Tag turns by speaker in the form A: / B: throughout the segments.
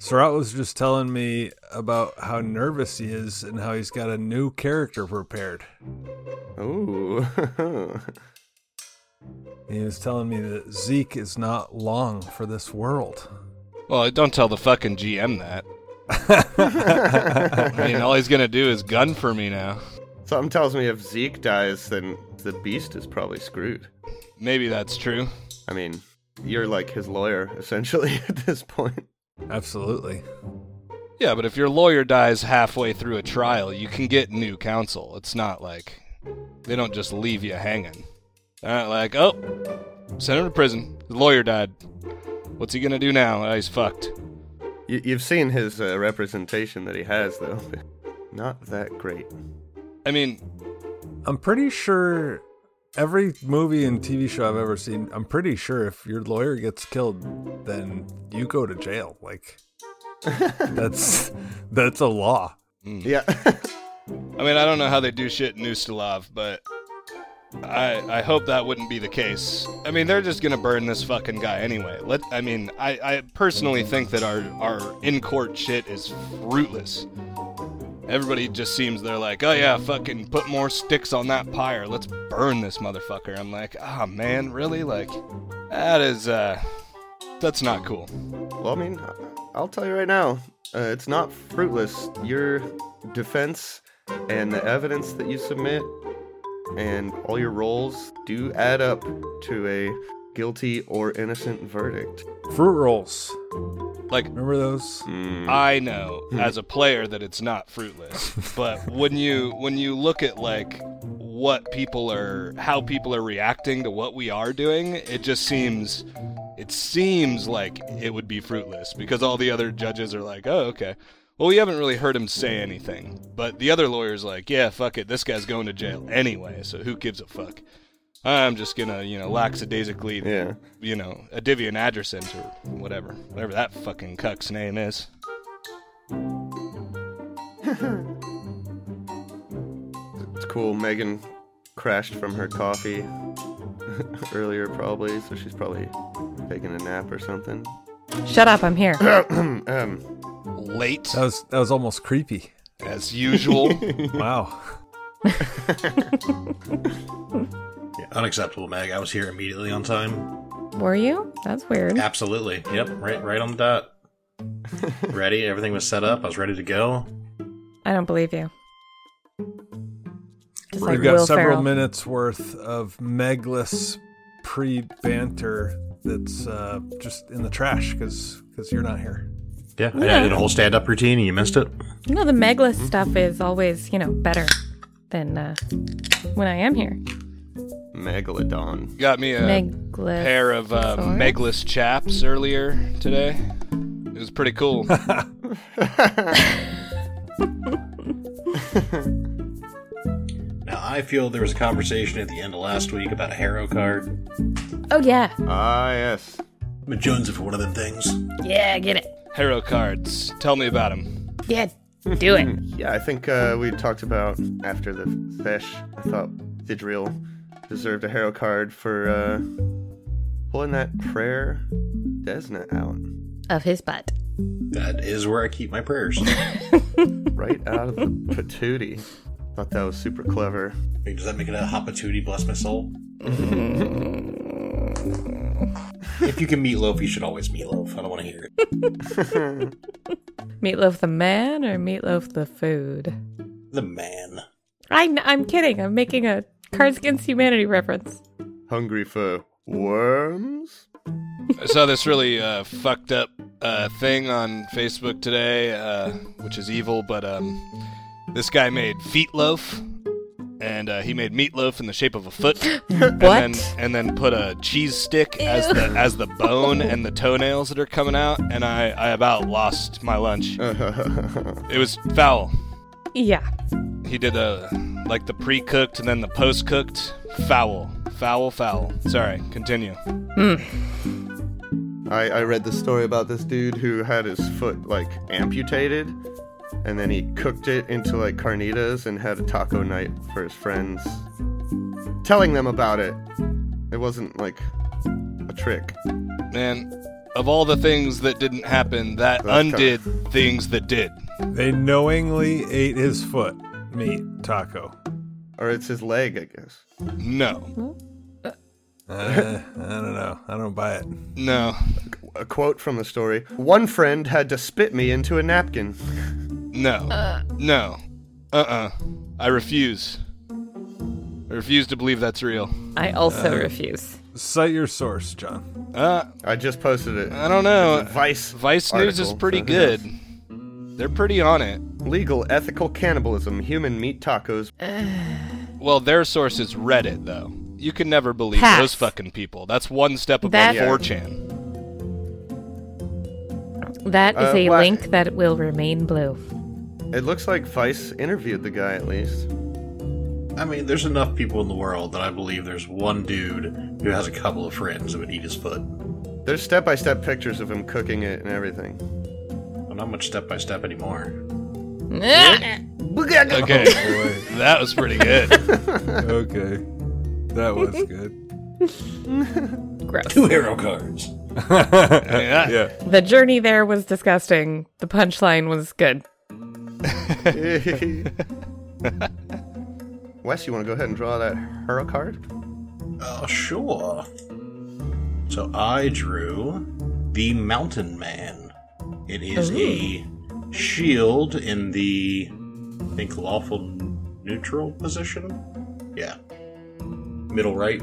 A: Surratt was just telling me about how nervous he is and how he's got a new character prepared.
B: Oh.
A: He was telling me that Zeke is not long for this world.
C: Well, don't tell the fucking GM that. I mean, all he's gonna do is gun for me now.
B: Something tells me if Zeke dies, then the beast is probably screwed.
C: Maybe that's true.
B: I mean, you're like his lawyer, essentially, at this point.
A: Absolutely.
C: Yeah, but if your lawyer dies halfway through a trial, you can get new counsel. It's not like they don't just leave you hanging. They're not like, oh, send him to prison. The lawyer died. What's he gonna do now? Oh, he's fucked.
B: You, you've seen his uh, representation that he has, though. Not that great.
C: I mean,
A: I'm pretty sure every movie and TV show I've ever seen, I'm pretty sure if your lawyer gets killed, then you go to jail. Like that's that's a law.
B: Yeah.
C: I mean, I don't know how they do shit in Ustalav, but I I hope that wouldn't be the case. I mean, they're just gonna burn this fucking guy anyway. Let I mean, I, I personally think that our our in court shit is fruitless. Everybody just seems they're like, oh yeah, fucking put more sticks on that pyre. Let's burn this motherfucker. I'm like, ah man, really? Like, that is uh, that's not cool.
B: Well, I mean, I- I'll tell you right now, uh, it's not fruitless. Your defense and the evidence that you submit and all your roles do add up to a guilty or innocent verdict.
A: Fruit rolls.
C: Like,
A: Remember those?
C: I know as a player that it's not fruitless, but when you when you look at like what people are how people are reacting to what we are doing, it just seems it seems like it would be fruitless because all the other judges are like, "Oh, okay. Well, we haven't really heard him say anything." But the other lawyer's like, "Yeah, fuck it. This guy's going to jail anyway, so who gives a fuck?" I'm just gonna, you know, lackadaisically,
B: Yeah.
C: you know, Adivian Addressant or whatever, whatever that fucking cuck's name is.
B: It's cool. Megan crashed from her coffee earlier, probably, so she's probably taking a nap or something.
D: Shut up, I'm here.
B: Um,
C: late
A: That was that was almost creepy.
C: as usual.
A: Wow.
E: Yeah, unacceptable, Meg. I was here immediately on time.
D: Were you? That's weird.
E: Absolutely. Yep. Right. Right on the dot. ready. Everything was set up. I was ready to go.
D: I don't believe you. Just
A: We've
D: like
A: got
D: Will
A: several
D: Ferrell.
A: minutes worth of Megless pre banter that's uh, just in the trash because you're not here.
E: Yeah. I did a whole stand-up routine, and you missed it.
D: You know, the Megalith stuff is always, you know, better than uh, when I am here.
B: Megalodon.
C: Got me a
D: Megalith.
C: pair of uh,
D: Sorry.
C: Megless chaps earlier today. It was pretty cool.
E: Now I feel there was a conversation at the end of last week about a Harrow card.
D: Oh, yeah.
B: Ah, yes.
E: I'm a Jones for one of them things.
D: Yeah, get it.
C: Hero cards. Tell me about them.
D: Yeah, do it.
B: Yeah, I think uh, we talked about after the sesh. I thought Didril deserved a hero card for uh, pulling that prayer Desna out
D: of his butt.
E: That is where I keep my prayers. I
B: right out of the patootie. Thought that was super clever.
E: mean, does that make it a hoppatootie? Bless my soul. if you can meatloaf, you should always meatloaf. I don't want to hear it.
D: Meatloaf the man or meatloaf the food?
E: The man.
D: I'm, I'm kidding. I'm making a Cards Against Humanity reference.
B: Hungry for worms?
C: I saw this really uh, fucked up uh, thing on Facebook today, uh, which is evil, but um, this guy made feet loaf. And uh, he made meatloaf in the shape of a foot, and then
D: What?
C: and then put a cheese stick as the as the bone and the toenails that are coming out. And I, I about lost my lunch. It was foul.
D: Yeah.
C: He did a like the pre-cooked and then the post-cooked foul, foul, foul. Sorry, continue.
B: I, I read the story about this dude who had his foot like amputated and then he cooked it into like carnitas and had a taco night for his friends telling them about it it wasn't like a trick
C: Man, Of all the things that didn't happen, that
B: That's
C: undid things that did.
A: They knowingly ate his foot meat taco.
B: Or it's his leg, I guess.
C: No.
A: Uh, I don't know. I don't buy it.
C: No.
B: A quote from the story One friend had to spit me into a napkin.
C: No. No. Uh uh I refuse. I refuse to believe that's real.
D: I also
A: Uh,
D: refuse.
A: Cite your source, John.
C: Uh,
B: I just posted it.
C: I don't know.
B: Vice.
C: Vice News is
B: article,
C: pretty
B: so who knows?
C: good. They're pretty on it.
B: Legal ethical cannibalism, human meat tacos.
C: Well, their source is Reddit, though. You can never believe
D: Pass.
C: those fucking people. That's one step above
D: That-
C: 4chan.
D: That is
B: Uh,
D: a
B: why-
D: link that will remain blue.
B: It looks like Vice interviewed the guy at least.
E: I mean, there's enough people in the world that I believe there's one dude who has a couple of friends who would eat his foot.
B: There's step by step pictures of him cooking it and everything.
E: Well, not much step by step anymore.
C: Okay,
A: Boy,
C: that was pretty good.
A: okay. That was good.
D: Gross.
E: Two hero cards.
C: Yeah.
A: Yeah.
D: The journey there was disgusting. The punchline was good.
B: Wes, you want to go ahead and draw that hero card?
E: Oh, sure. So I drew the Mountain Man. It is a shield in the, I think, lawful neutral position? Yeah. Middle right.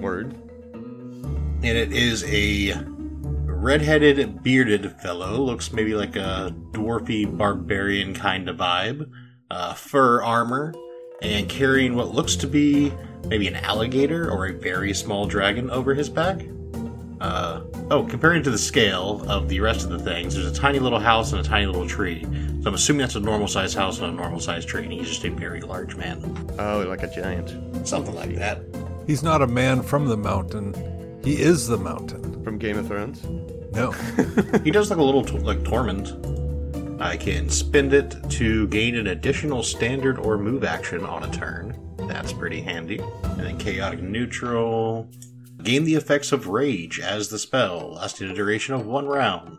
B: Word.
E: and it is a redheaded, bearded fellow. Looks maybe like a dwarfy barbarian kind of vibe. Uh, fur armor, and carrying what looks to be maybe an alligator or a very small dragon over his back. Uh, oh, comparing to the scale of the rest of the things, there's a tiny little house and a tiny little tree. So I'm assuming that's a normal sized house and a normal sized tree, and he's just a very large man.
B: Oh, like a giant
E: Something like that.
A: He's not a man from the mountain. He is the mountain.
B: from Game of Thrones.
A: No.
E: He does look a little t- like Tormund. I can spend it to gain an additional standard or move action on a turn. That's pretty handy. And then chaotic neutral. Gain the effects of rage as the spell, lasting a duration of one round,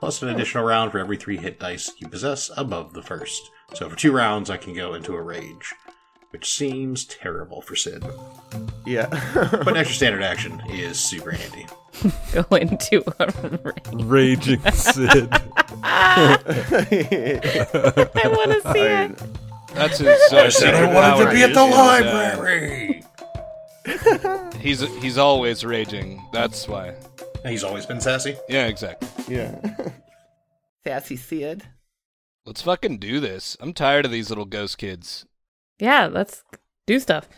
E: plus an additional round for every three hit dice you possess above the first. So for two rounds, I can go into a rage, which seems terrible for Sid.
B: Yeah.
E: But an extra standard action is super handy.
D: Go into a ra-
A: Raging Sid.
D: I want to see
B: I-
D: it.
C: That's his uh, secret power. is, uh, he's he's always raging. That's why.
E: He's always been sassy.
C: Yeah, exactly.
B: yeah. Sassy Sid.
C: Let's fucking do this. I'm tired of these little ghost kids.
D: Yeah, let's do stuff.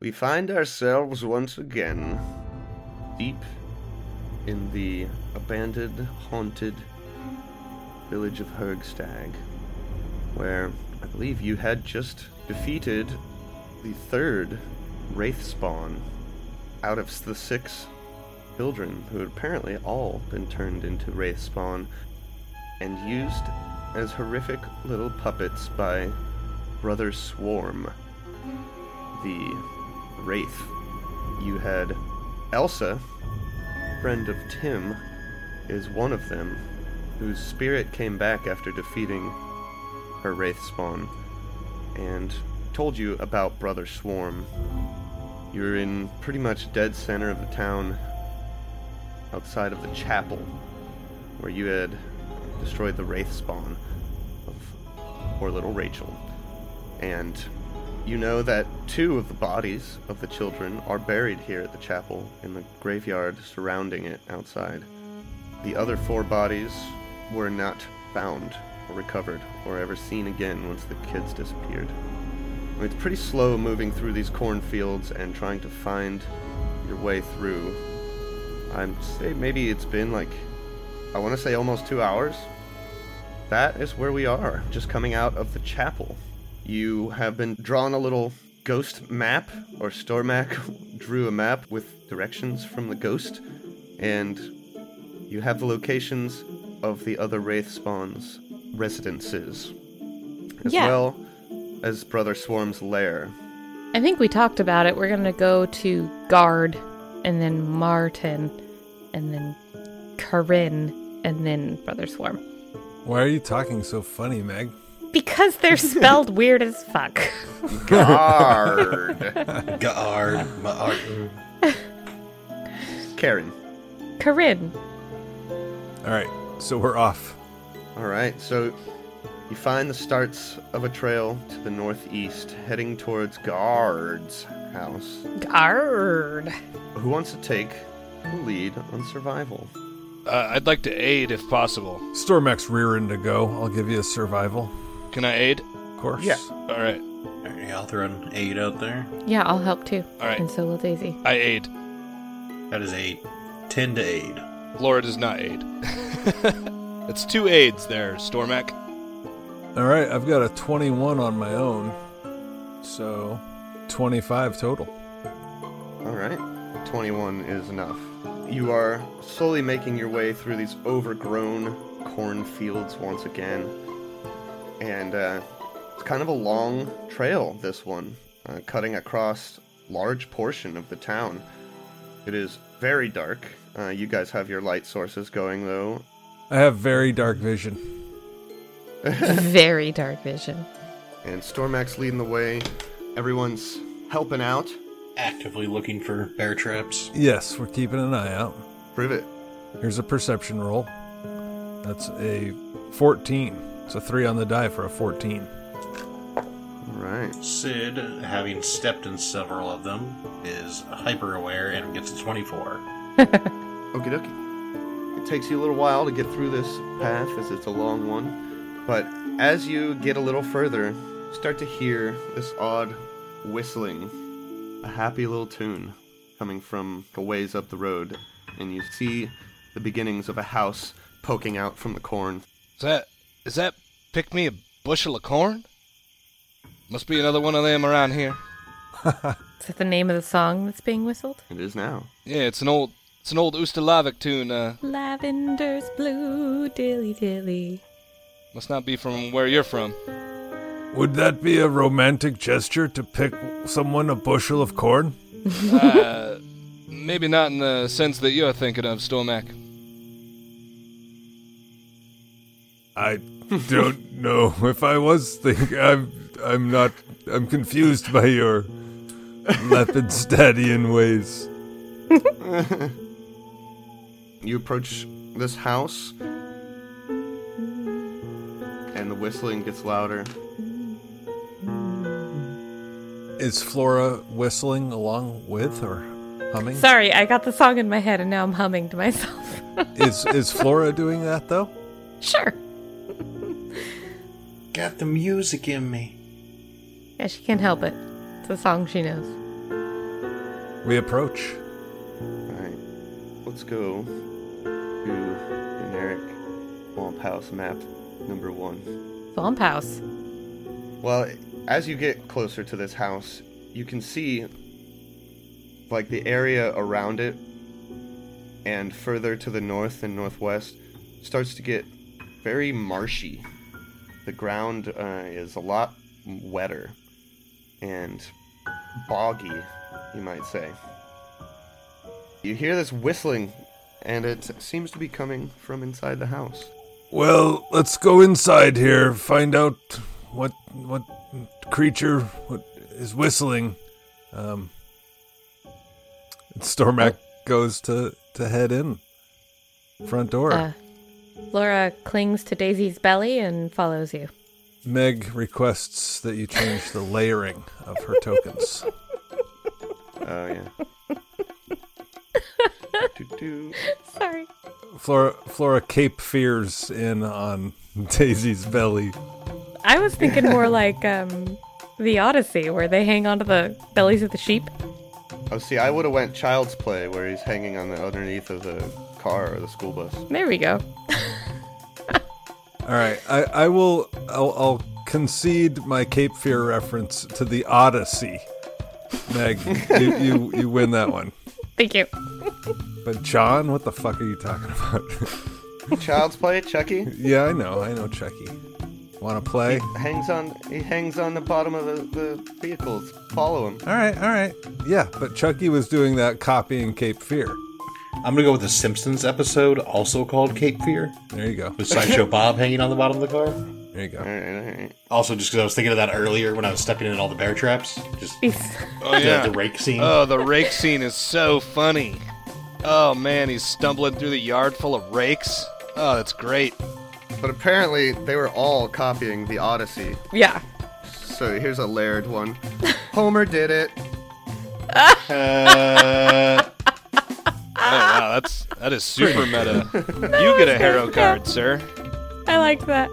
B: We find ourselves once again deep in the abandoned, haunted village of Hergstag, where I believe you had just defeated the third Wraith Spawn out of s- the six children who had apparently all been turned into Wraith Spawn and used as horrific little puppets by Brother Swarm the Wraith. You had Elsa, friend of Tim, is one of them, whose spirit came back after defeating her Wraith spawn and told you about Brother Swarm. You're in pretty much dead center of the town, outside of the chapel, where you had destroyed the Wraith spawn of poor little Rachel. And you know that two of the bodies of the children are buried here at the chapel in the graveyard surrounding it outside. The other four bodies were not found or recovered or ever seen again once the kids disappeared. I mean, it's pretty slow moving through these cornfields and trying to find your way through. I'd say maybe it's been like, I want to say almost two hours. That is where we are, just coming out of the chapel. You have been drawn a little ghost map, or Stormac drew a map with directions from the ghost, and you have the locations of the other Wraith Spawn's residences, as
D: Yeah.
B: well as Brother Swarm's lair.
D: I think we talked about it. We're going to go to Guard and then Martin and then Corinne, and then Brother Swarm.
A: Why are you talking so funny, Meg?
D: Because they're spelled weird as fuck.
B: Guard.
E: Gard, Maarten.
B: Karen.
D: Corinne.
A: All right, so we're off.
B: All right, so you find the starts of a trail to the northeast, heading towards Guard's house.
D: Guard.
B: Who wants to take the lead on survival?
C: Uh, I'd like to aid if possible.
A: Stormax rearing to go. I'll give you a survival,
C: Can I aid?
A: of course.
B: Yeah.
C: All right.
E: Alright, I'll throw an eight out there.
D: Yeah, I'll help too.
C: All right.
D: And so will Daisy.
C: I aid.
E: That is eight. Ten to eight.
C: Laura does not aid. it's two aids there, Stormac.
A: All right, I've got a 21 on my own, so 25 total.
B: All right. 21 is enough. You are slowly making your way through these overgrown cornfields once again. And uh, it's kind of a long trail, this one, uh, cutting across large portion of the town. It is very dark. Uh, you guys have your light sources going, though.
A: I have very dark vision.
D: Very dark vision.
B: And Stormax leading the way. Everyone's helping out.
E: Actively looking for bear traps.
A: Yes, we're keeping an eye out.
B: Prove it.
A: Here's a perception roll. That's a 14. It's a 3 on the die for a 14.
B: All right.
E: Sid, having stepped in several of them, is hyper aware and gets a 24.
B: Okie dokie. It takes you a little while to get through this path as it's a long one, but as you get a little further, you start to hear this odd whistling, a happy little tune coming from a ways up the road, and you see the beginnings of a house poking out from the corn.
C: Is that is that pick me a bushel of corn? Must be another one of them around here.
D: Is that the name of the song that's being whistled?
B: It is now.
C: Yeah, it's an old it's an old Ustalavic tune. Uh,
D: Lavender's blue, dilly dilly.
C: must not be from where you're from.
A: Would that be a romantic gesture to pick someone a bushel of corn?
C: Uh, maybe not in the sense that you're thinking of, Stormac.
A: I don't know if I was thinking. I'm, I'm not. I'm confused by your Lepidstadian ways.
B: You approach this house, and the whistling gets louder.
A: Is Flora whistling along with or humming?
D: Sorry, I got the song in my head and now I'm humming to myself.
A: Is is Flora doing that though?
D: sure.
E: Got the music in me.
D: Yeah, she can't help it. It's a song she knows.
A: We approach.
B: Alright, let's go to generic swamp house map number one.
D: Swamp House.
B: Well, as you get closer to this house, you can see like the area around it and further to the north and northwest starts to get very marshy. The ground uh, is a lot wetter and boggy, you might say. You hear this whistling, and it seems to be coming from inside the house.
A: Well, let's go inside here. Find out what what creature what is whistling. Um, Stormac goes to to head in front door.
D: Uh, Laura clings to Daisy's belly and follows you.
A: Meg requests that you change the layering of her tokens.
B: Oh yeah. Doo-doo.
D: Sorry.
A: Flora Flora cape fears in on Daisy's belly.
D: I was thinking more like um, the Odyssey, where they hang onto the bellies of the sheep.
B: Oh, see, I would have went Child's Play, where he's hanging on the underneath of the car or the school bus.
D: There we go.
A: All right, I, I will I'll, I'll concede my Cape Fear reference to the Odyssey. Meg, you, you you win that one.
D: Thank you.
A: But John, what the fuck are you talking about?
B: Child's Play, Chucky
A: yeah, I know, I know, Chucky. Want to play?
B: hangs on. He hangs on the bottom of the, the vehicles. Follow him.
A: All right, all right. Yeah, but Chucky was doing that copying Cape Fear.
E: I'm gonna go with the Simpsons episode, also called Cape Fear,
A: There you go.
E: with Sideshow Bob hanging on the bottom of the car.
A: There you go.
B: All right, all right.
E: Also, just because I was thinking of that earlier when I was stepping in all the bear traps, just
C: Oh
E: the, the rake scene.
C: Oh, the rake scene is so funny. Oh man, he's stumbling through the yard full of rakes. Oh, that's great.
B: But apparently, they were all copying the Odyssey.
D: yeah.
B: So here's a layered one. Homer did it.
E: Uh,
C: Oh wow, that's that is super meta. You get a hero card, sir.
D: I like that.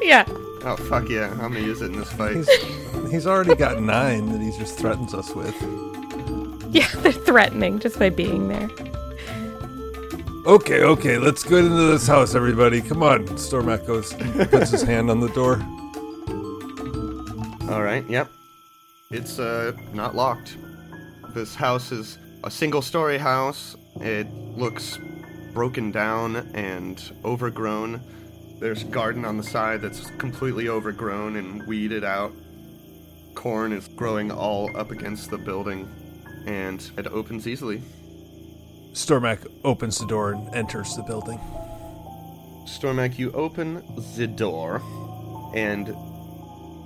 D: Yeah.
B: Oh fuck yeah! I'm gonna use it in this fight.
A: He's he's already got nine that he just threatens us with.
D: Yeah, they're threatening just by being there.
A: Okay, okay, let's get into this house, everybody. Come on. Stormak goes puts his hand on the door.
B: All right. Yep. It's uh not locked. This house is a single-story house. It looks broken down and overgrown. There's garden on the side that's completely overgrown and weeded out. Corn is growing all up against the building, and it opens easily.
A: Stormak opens the door and enters the building.
B: Stormak, you open the door, and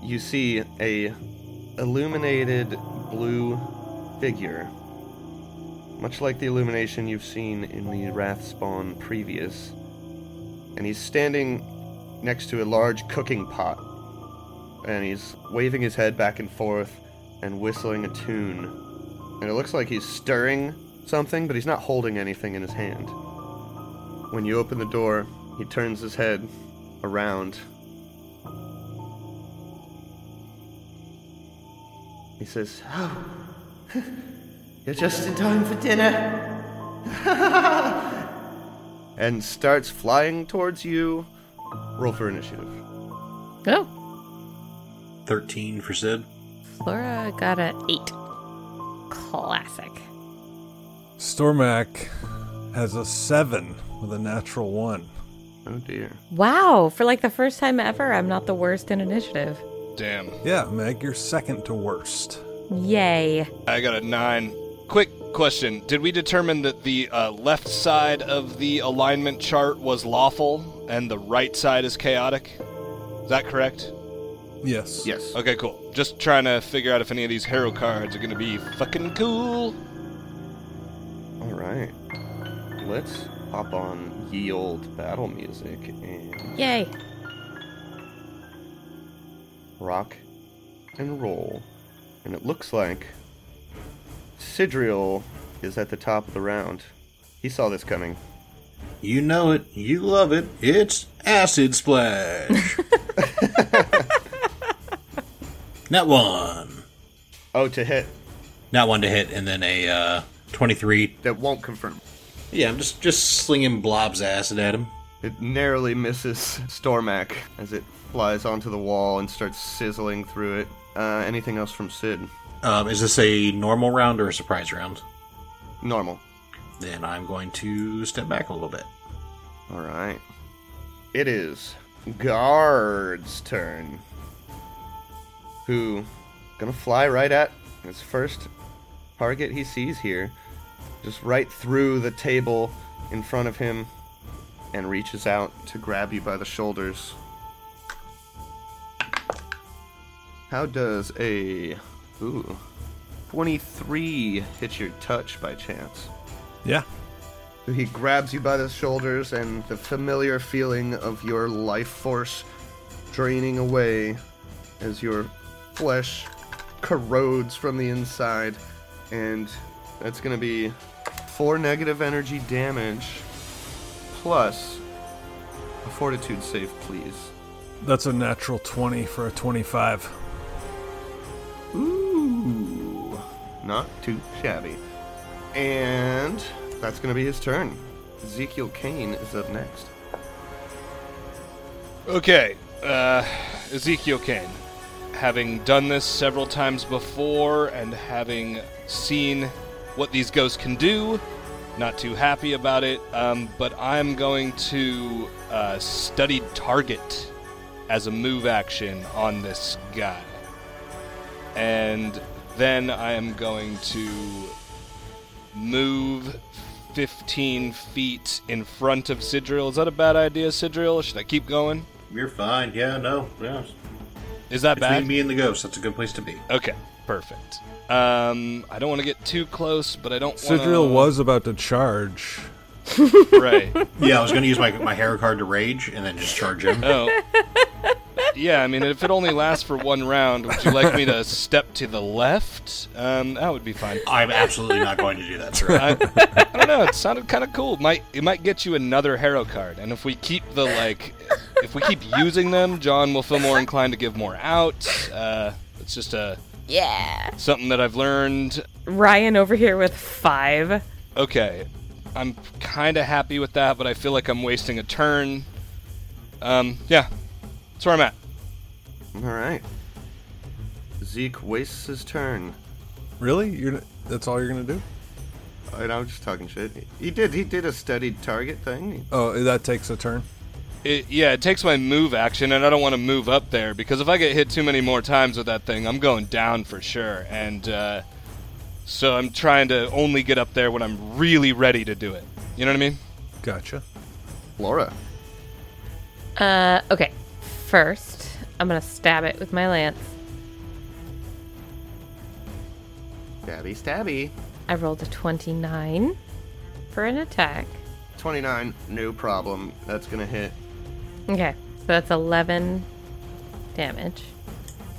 B: you see a illuminated blue figure, much like the illumination you've seen in the Wrathspawn previous. And he's standing next to a large cooking pot, and he's waving his head back and forth and whistling a tune. And it looks like he's stirring something, but he's not holding anything in his hand. When you open the door, he turns his head around. He says, Oh, you're just in time for dinner. and starts flying towards you. Roll for initiative.
D: Oh,
E: Thirteen for Sid.
D: Flora got a eight. Classic.
A: Stormak has a seven with a natural one.
B: Oh dear.
D: Wow, for like the first time ever, I'm not the worst in initiative.
C: Damn.
A: Yeah, Meg, you're second to worst.
D: Yay.
C: I got a nine. Quick question: Did we determine that the uh, left side of the alignment chart was lawful and the right side is chaotic? Is that correct?
A: Yes.
B: Yes.
C: Okay, cool. Just trying to figure out if any of these hero cards are gonna be fucking cool.
B: All right. Let's hop on ye old battle music and
D: Yay.
B: rock and roll. And it looks like Sidriel is at the top of the round. He saw this coming.
E: You know it. You love it. It's acid splash. Not one.
B: Oh, to hit.
E: Not one to hit, and then a uh, twenty-three.
B: That won't confirm.
E: Yeah, I'm just just slinging blobs of acid at him.
B: It narrowly misses Stormak as it flies onto the wall and starts sizzling through it. Uh, anything else from Sid?
E: Um, is this a normal round or a surprise round?
B: Normal.
E: Then I'm going to step back a little bit.
B: All right. It is guard's turn. Who gonna fly right at his first target he sees here, just right through the table in front of him, and reaches out to grab you by the shoulders. How does a ooh 23 hit your touch by chance?
A: Yeah.
B: He grabs you by the shoulders, and the familiar feeling of your life force draining away as your flesh corrodes from the inside. And that's going to be four negative energy damage plus a fortitude save, please.
A: That's a natural 20 for a 25.
B: Ooh, not too shabby. And that's going to be his turn. Ezekiel Kane is up next.
C: Okay, uh, Ezekiel Kane. Having done this several times before and having seen what these ghosts can do, not too happy about it, um, but I'm going to uh, studied target as a move action on this guy. And then I am going to move 15 feet in front of Sidriel. Is that a bad idea, Sidriel? Should I keep going?
E: You're fine. Yeah, no. Yeah.
C: Is that
E: Between
C: bad?
E: me and the ghost, that's a good place to be.
C: Okay, perfect. Um, I don't want to get too close, but I don't want
A: Sidriel was about to charge.
C: Right.
E: Yeah, I was going to use my, my hero card to rage and then just charge him.
C: Oh. Yeah, I mean, if it only lasts for one round, would you like me to step to the left? Um, that would be fine.
E: I'm absolutely not going to do that, sir.
C: I, I don't know. It sounded kind of cool. Might it might get you another Harrow card, and if we keep the like, if we keep using them, John will feel more inclined to give more out. Uh, it's just a
D: Yeah.
C: something that I've learned.
D: Ryan over here with five.
C: Okay, I'm kind of happy with that, but I feel like I'm wasting a turn. Um, yeah, that's where I'm at.
B: All right. Zeke wastes his turn.
A: Really? You're that's all you're gonna do?
B: And I'm just talking shit. He did. He did a studied target thing.
A: Oh, that takes a turn.
C: It, yeah, it takes my move action, and I don't want to move up there because if I get hit too many more times with that thing, I'm going down for sure. And uh, so I'm trying to only get up there when I'm really ready to do it. You know what I mean?
A: Gotcha.
B: Laura.
D: Uh, okay. First, I'm gonna stab it with my lance.
B: Stabby, stabby.
D: I rolled a 29 for an attack.
B: 29. No problem. That's gonna hit.
D: Okay, so that's 11 damage.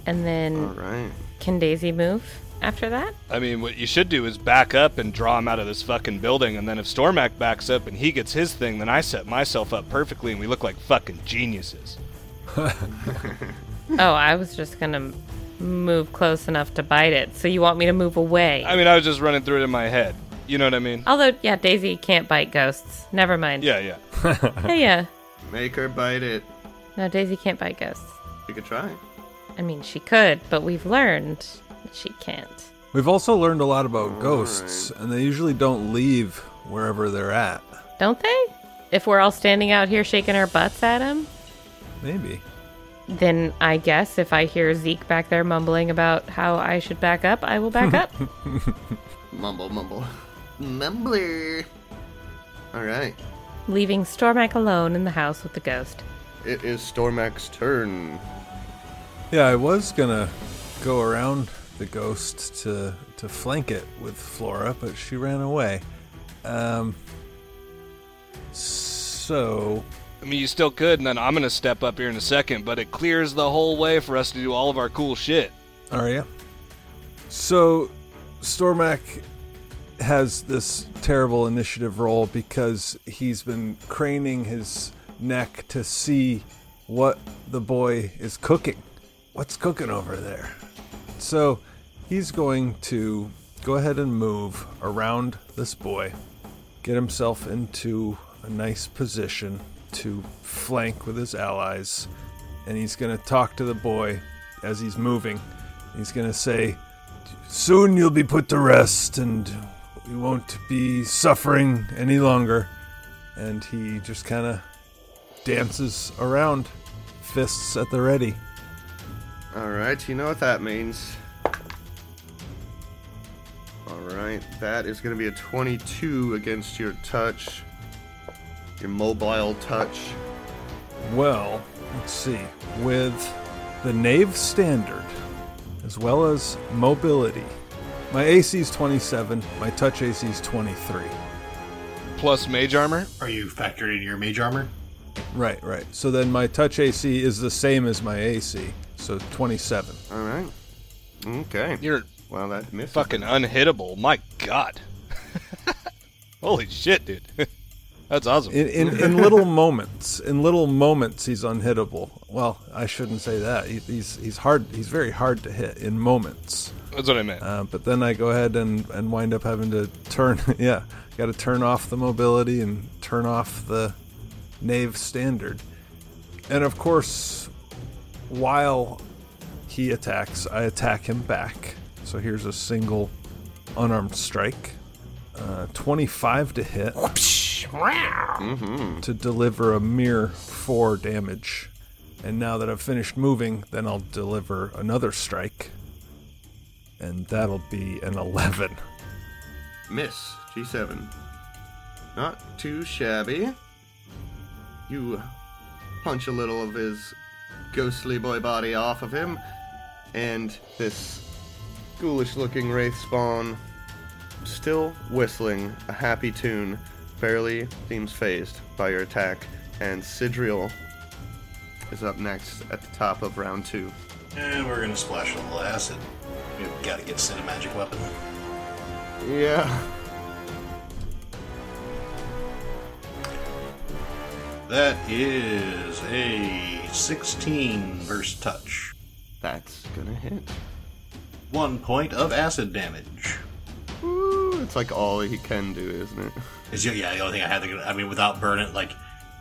D: And
B: All
D: then
B: right.
D: can Daisy move after that?
C: I mean, what you should do is back up and draw him out of this fucking building, and then if Stormak backs up and he gets his thing, then I set myself up perfectly, and we look like fucking geniuses.
D: oh, I was just gonna move close enough to bite it. So you want me to move away?
C: I mean, I was just running through it in my head. You know what I mean?
D: Although, yeah, Daisy can't bite ghosts. Never mind.
C: Yeah, yeah.
D: Hey, yeah.
B: Make her bite it.
D: No, Daisy can't bite ghosts.
B: You could try.
D: I mean, she could, but we've learned that she can't.
A: We've also learned a lot about ghosts, and they usually don't leave wherever they're at.
D: Don't they? If we're all standing out here shaking our butts at him,
A: Maybe.
D: then I guess if I hear Zeke back there mumbling about how I should back up, I will back up.
B: Mumble, mumble. Mumbler. All right.
D: leaving Stormak alone in the house with the ghost.
B: It is Stormak's turn.
A: Yeah, I was gonna go around the ghost to to flank it with Flora, but she ran away. Um. So
C: I mean, you still could, and then I'm gonna step up here in a second, but it clears the whole way for us to do all of our cool shit.
A: Are you? So, Stormak has this terrible initiative roll because he's been craning his neck to see what the boy is cooking. What's cooking over there? So, he's going to go ahead and move around this boy, get himself into a nice position to flank with his allies, and he's going to talk to the boy as he's moving. He's going to say, Soon you'll be put to rest and you won't be suffering any longer. And he just kind of dances around, fists at the ready.
B: All right. You know what that means. All right. That is gonna be a 22 against your touch. Your mobile touch.
A: Well, let's see. With the Knave Standard, as well as mobility, my AC is 27, my touch AC is 23.
C: Plus mage armor.
E: Are you factored in your mage armor?
A: Right, right. So then my touch AC is the same as my AC, so 27.
B: All right. Okay.
C: You're
B: Wow, that missed.
C: fucking unhittable. My god. Holy shit, dude. That's awesome.
A: In, in, in little moments, in little moments, he's unhittable. Well, I shouldn't say that. He, he's he's hard. He's very hard to hit in moments.
C: That's what I meant.
A: Uh, but then I go ahead and, and wind up having to turn. Yeah, got to turn off the mobility and turn off the knave standard. And of course, while he attacks, I attack him back. So here's a single unarmed strike. Uh, 25 to hit to deliver a mere 4 damage. And now that I've finished moving, then I'll deliver another strike. And that'll be an 11.
B: Miss. G7. Not too shabby. You punch a little of his ghostly boy body off of him, and this ghoulish looking wraith spawn, still whistling a happy tune, barely seems phased by your attack. And Sidriel is up next at the top of round two.
E: And we're gonna splash a little acid. We've gotta get Cinemagic Weapon.
B: Yeah.
E: That is a 16 versus touch.
B: That's gonna hit.
E: One point of acid damage.
B: Ooh, it's like all he can do, isn't it?
E: Is yeah, the only thing I had to. I mean, without burn it, like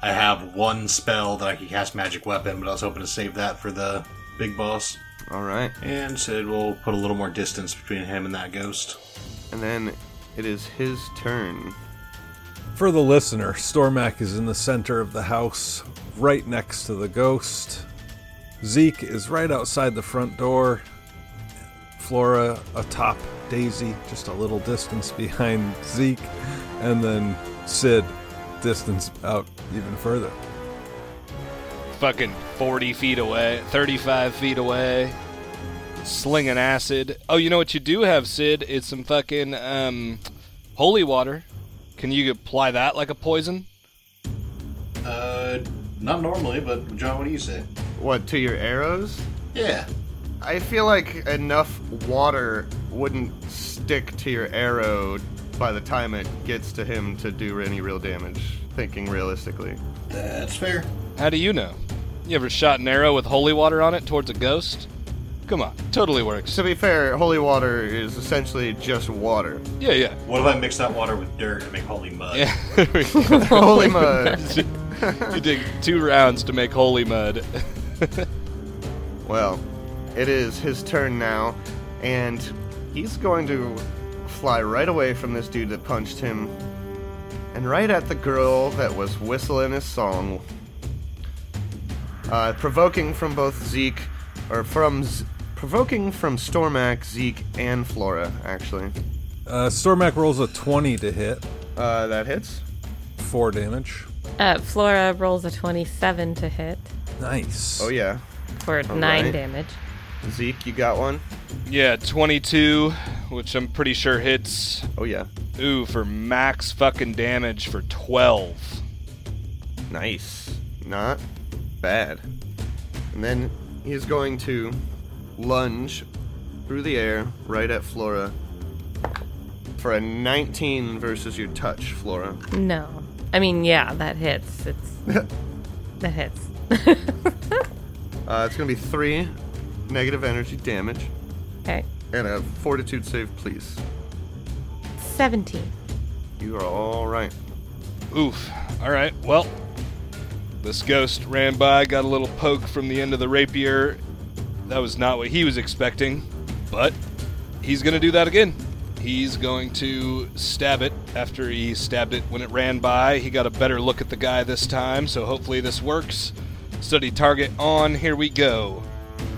E: I have one spell that I can cast magic weapon, but I was hoping to save that for the big boss.
B: All right.
E: And said we'll put a little more distance between him and that ghost.
B: And then it is his turn.
A: For the listener, Stormak is in the center of the house, right next to the ghost. Zeke is right outside the front door. Flora atop Daisy, just a little distance behind Zeke. And then Sid, distance out even further.
C: fucking 40 feet away, 35 feet away, slinging acid. Oh, you know what you do have, Sid? It's some fucking um, holy water. Can you apply that like a poison?
E: Uh, not normally, but John, what do you say?
B: What, to your arrows?
E: Yeah.
B: I feel like enough water wouldn't stick to your arrow by the time it gets to him to do any real damage, thinking realistically.
E: That's fair.
C: How do you know? You ever shot an arrow with holy water on it towards a ghost? Come on, totally works.
B: To be fair, holy water is essentially just water.
C: Yeah, yeah.
E: What if I mix that water with dirt and make holy mud?
C: Yeah, there we go.
B: Holy mud.
C: you dig two rounds to make holy mud.
B: Well, it is his turn now, and he's going to fly right away from this dude that punched him, and right at the girl that was whistling his song, uh, provoking from both Zeke, or from Z- provoking from Stormac, Zeke, and Flora. Actually,
A: Uh, Stormak rolls a 20 to hit,
B: uh, that hits.
A: 4 damage.
D: Uh, Flora rolls a 27 to hit
A: Nice.
B: Oh yeah,
D: for 9
B: right.
D: damage.
B: Zeke, you got one.
C: yeah, 22, which I'm pretty sure hits.
B: Oh yeah,
C: Ooh, for max fucking damage for 12.
B: Nice. Not bad. And then he's going to lunge through the air right at Flora for a 19 versus your touch, Flora.
D: No. I mean, yeah, that hits. It's that hits.
B: Uh, it's going to be three negative energy damage
D: okay.
B: and a fortitude save, please.
D: 17.
B: You are all right.
C: Oof. All right. Well, this ghost ran by, got a little poke from the end of the rapier. That was not what he was expecting, but he's going to do that again. He's going to stab it after he stabbed it when it ran by. He got a better look at the guy this time, so hopefully this works. Study target on. Here we go.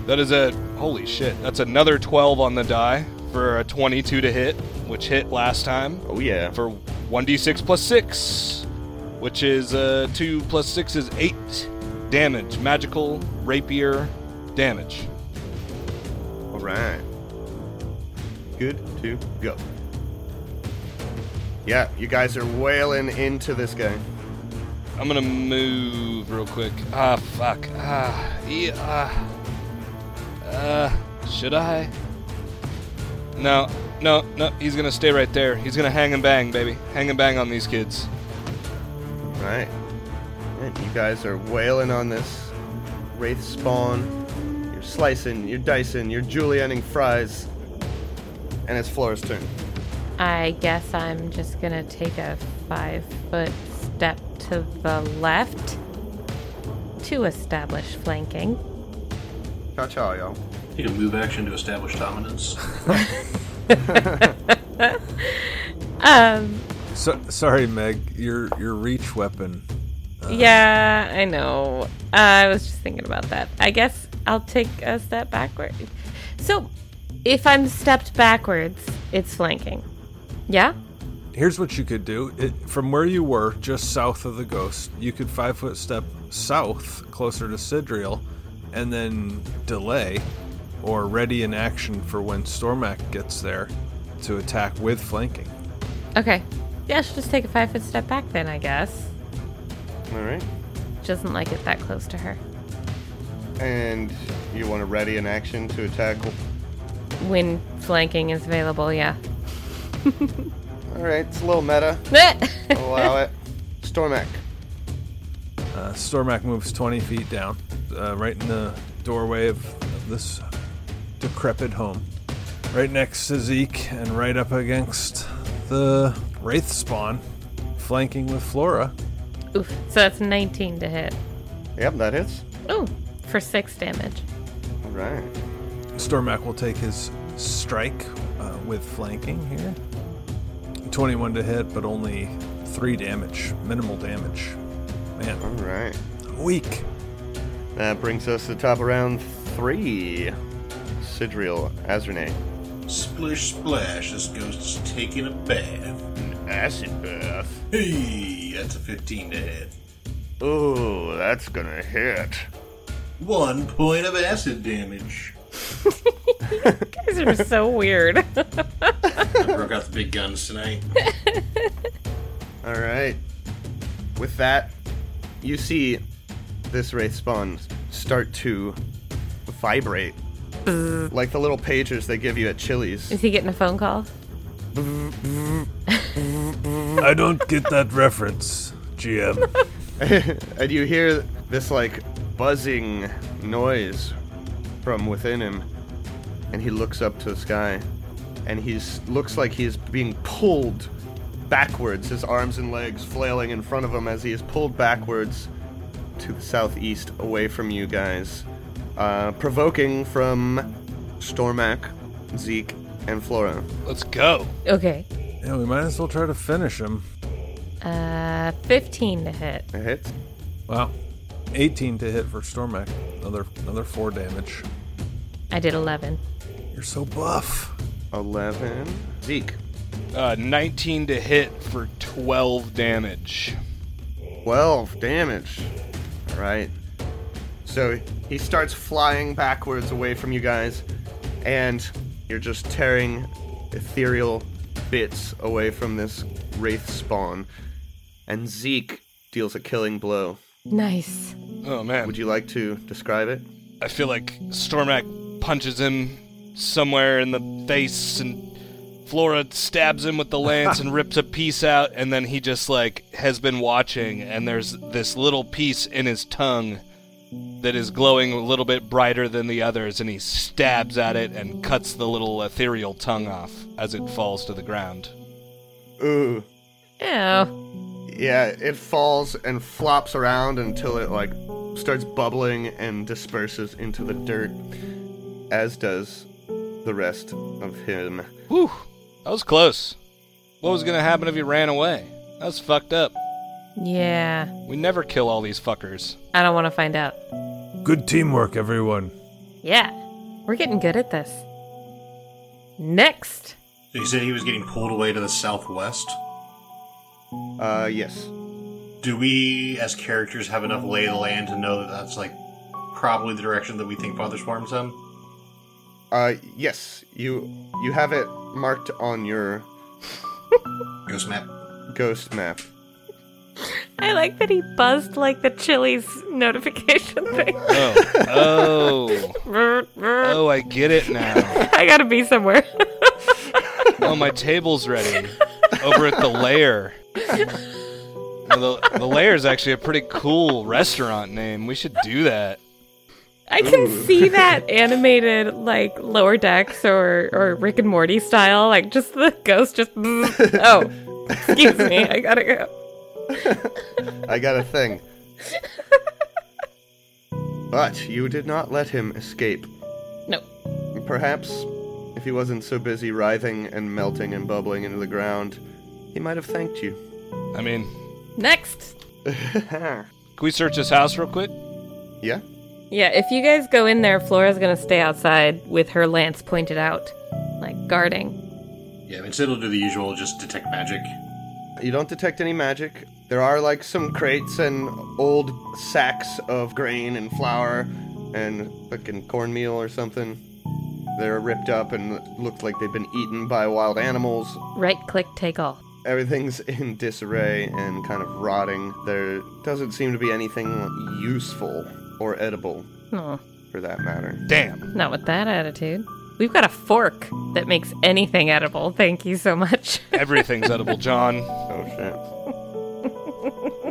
C: That is a. Holy shit. That's another 12 on the die for a 22 to hit, which hit last time
B: Oh, yeah.
C: for 1d6 plus 6, which is uh, 2 plus 6 is 8 damage. Magical rapier damage.
B: All right. Good to go. Yeah, you guys are wailing into this guy.
C: I'm gonna move real quick. Ah, fuck. Ah, yeah. ah. Uh, should I? No, no, no. He's gonna stay right there. He's gonna hang and bang, baby. Hang and bang on these kids.
B: Right. And you guys are wailing on this wraith spawn. You're slicing, you're dicing, you're julienning fries. And it's Flora's turn.
D: I guess I'm just gonna take a five foot step to the left to establish flanking.
B: Ciao, ciao, y'all.
E: Take a move action to establish dominance.
D: Um,
A: So, sorry, Meg. Your your reach weapon.
D: yeah, I know. Uh, I was just thinking about that. I guess I'll take a step backward. So, if I'm stepped backwards, it's flanking. Yeah?
A: Here's what you could do. It, from where you were, just south of the ghost, you could five foot step south, closer to Sidriel, and then delay or ready in action for when Stormak gets there to attack with flanking.
D: Okay. Yeah, she'll just take a five foot step back then, I guess.
B: All right.
D: She doesn't like it that close to her.
B: And you want to ready an action to attack.
D: When flanking is available, yeah.
B: All right, it's a little meta. Allow it. Stormak.
A: Uh, Stormak moves 20 feet down, uh, right in the doorway of this decrepit home. Right next to Zeke and right up against the Wraith spawn, flanking with Flora.
D: Oof. So that's 19 to hit.
B: Yep, that hits.
D: Ooh, for six damage.
B: All right.
A: Stormak will take his strike uh, with flanking here. 21 to hit, but only 3 damage, minimal damage.
B: All
A: Man,
B: right.
A: weak.
B: That brings us to the top of round three. Sidriel, Azrene.
E: Splish splash, this ghost is taking a bath.
B: Acid Bath.
E: Hey, that's a 15 to hit.
B: Ooh, that's gonna hit.
E: One point of acid damage.
D: You guys are so weird.
E: I broke out the big guns tonight.
B: All right. With that, you see this wraith spawn start to vibrate, like the little pagers they give you at Chili's.
D: is he getting a phone call?
A: I don't get that reference, GM.
B: and you hear this like buzzing noise from within him, and he looks up to the sky, and he looks like he's being pulled backwards, his arms and legs flailing in front of him as he is pulled backwards to the southeast, away from you guys, uh, provoking from Stormak, Zeke, and Flora.
C: Let's go.
D: Okay.
A: Yeah, we might as well try to finish him.
D: Uh, 15 to hit.
B: It hits.
A: Wow. 18 to hit for Stormak. Another another 4 damage.
D: I did 11.
A: You're so buff.
B: Eleven. Zeke.
C: Uh, 19 to hit for 12 damage.
B: 12 damage. All right. So he starts flying backwards away from you guys, and you're just tearing ethereal bits away from this wraith spawn. And Zeke deals a killing blow.
D: Nice.
C: Oh man,
B: Would you like to describe it?
C: I feel like Stormak punches him somewhere in the face, and Flora stabs him with the lance and rips a piece out, and then he just like has been watching, and there's this little piece in his tongue that is glowing a little bit brighter than the others, and he stabs at it and cuts the little ethereal tongue off as it falls to the ground.
B: Ooh.
D: Ew.
B: Yeah, it falls and flops around until it like starts bubbling and disperses into the dirt, as does the rest of him.
C: Whew, that was close. What was gonna happen if he ran away? That was fucked up.
D: Yeah.
C: We never kill all these fuckers.
D: I don't want to find out.
A: Good teamwork, everyone.
D: Yeah. We're getting good at this. Next.
E: So you said he was getting pulled away to the southwest.
B: Uh, yes.
E: Do we, as characters, have enough lay of the land to know that that's like probably the direction that we think Father Swarm's in?
B: Uh, yes. You you have it marked on your
E: Ghost map.
B: ghost map.
D: I like that he buzzed like the Chili's notification thing.
C: Oh, oh, oh! I get it now.
D: I gotta be somewhere.
C: Oh, my table's ready over at the Lair. The, the Lair is actually a pretty cool restaurant name. We should do that.
D: I can see that animated like lower decks or or Rick and Morty style, like just the ghost just oh. Excuse me, I gotta go.
B: I got a thing. but you did not let him escape.
D: No.
B: Perhaps if he wasn't so busy writhing and melting and bubbling into the ground, he might have thanked you.
C: I mean,
D: Next.
C: can we search this house real quick?
B: yeah.
D: Yeah, if you guys go in there, Flora's gonna stay outside with her lance pointed out, like guarding.
E: Yeah, I mean, so it'll do the usual, just detect magic.
B: You don't detect any magic. There are like some crates and old sacks of grain and flour and fucking cornmeal or something. They're ripped up and looked like they've been eaten by wild animals.
D: Right click, take all.
B: Everything's in disarray and kind of rotting. There doesn't seem to be anything useful or edible
D: Oh,
B: for that matter.
C: Damn.
D: not with that attitude. We've got a fork that makes anything edible. Thank you so much.
C: Everything's edible, John,
B: Oh shit.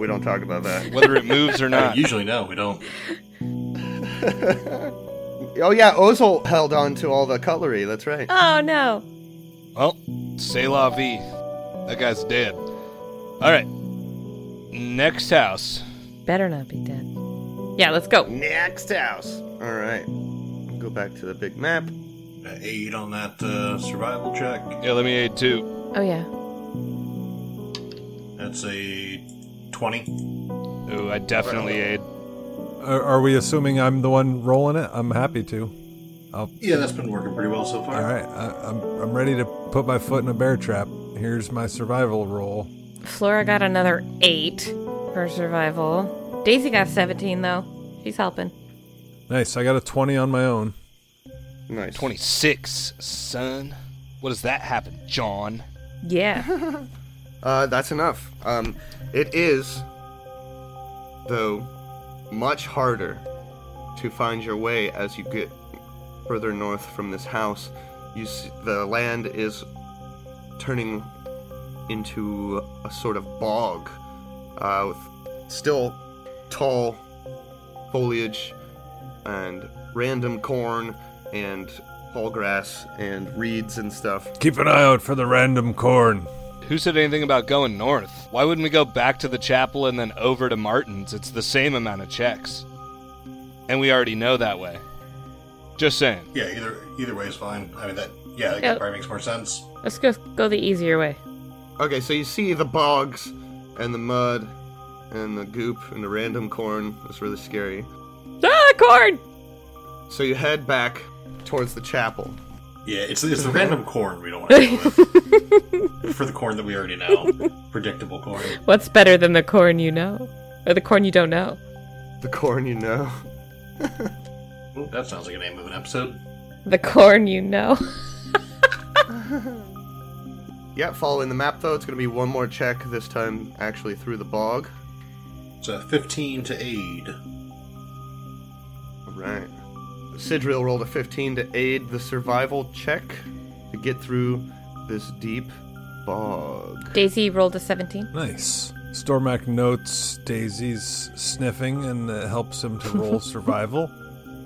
B: we don't talk about that.
C: whether it moves or
E: Uh,
C: not.
E: usually, no, we don't.
B: Oh yeah, Ozel held on to all the cutlery, that's right.
D: oh no.
C: Well, c'est la vie. That guy's dead. All right. Next house.
D: Better not be dead. Yeah, let's go.
B: Next house. Alright. Go back to the big map.
E: Uh, Eight on that uh, survival check.
C: Yeah, let me aid two.
D: Oh yeah.
E: That's a twenty.
C: Ooh, I definitely aid.
A: Are, are we assuming I'm the one rolling it? I'm happy to.
E: Yeah, that's been working pretty well so far.
A: All right, I, I'm I'm ready to put my foot in a bear trap. Here's my survival roll.
D: Flora got another eight for survival. Daisy got 17 though. She's helping.
A: Nice. I got a 20 on my own.
B: Nice.
C: 26, son. What does that happen, John?
D: Yeah.
B: Uh, that's enough. Um, it is, though, much harder to find your way as you get further north from this house. You see, the land is turning into a sort of bog, uh, with still tall foliage and random corn and tall grass and reeds and stuff.
A: Keep an eye out for the random corn.
C: Who said anything about going north? Why wouldn't we go back to the chapel and then over to Martin's? It's the same amount of checks. And we already know that way. Just saying.
E: Yeah, either either way is fine. I mean that. Yeah, that
D: Yep.
E: probably makes more sense.
D: let's go go the easier way.
B: Okay, so you see the bogs and the mud and the goop and the random corn. It's really scary.
D: Ah, corn.
B: So you head back towards the chapel.
E: Yeah, it's, it's the random corn we don't want to deal with. For the corn that we already know. Predictable corn.
D: What's better than the corn you know? Or the corn you don't know?
B: The corn you know.
E: Ooh, that sounds like a name of an episode.
D: The corn you know.
B: Yeah, following the map though, it's gonna be one more check this time actually through the bog.
E: It's a 15 to aid.
B: Alright. Sidril rolled a 15 to aid the survival check to get through this deep bog.
D: Daisy rolled a 17.
A: Nice. Stormac notes Daisy's sniffing and it helps him to roll survival.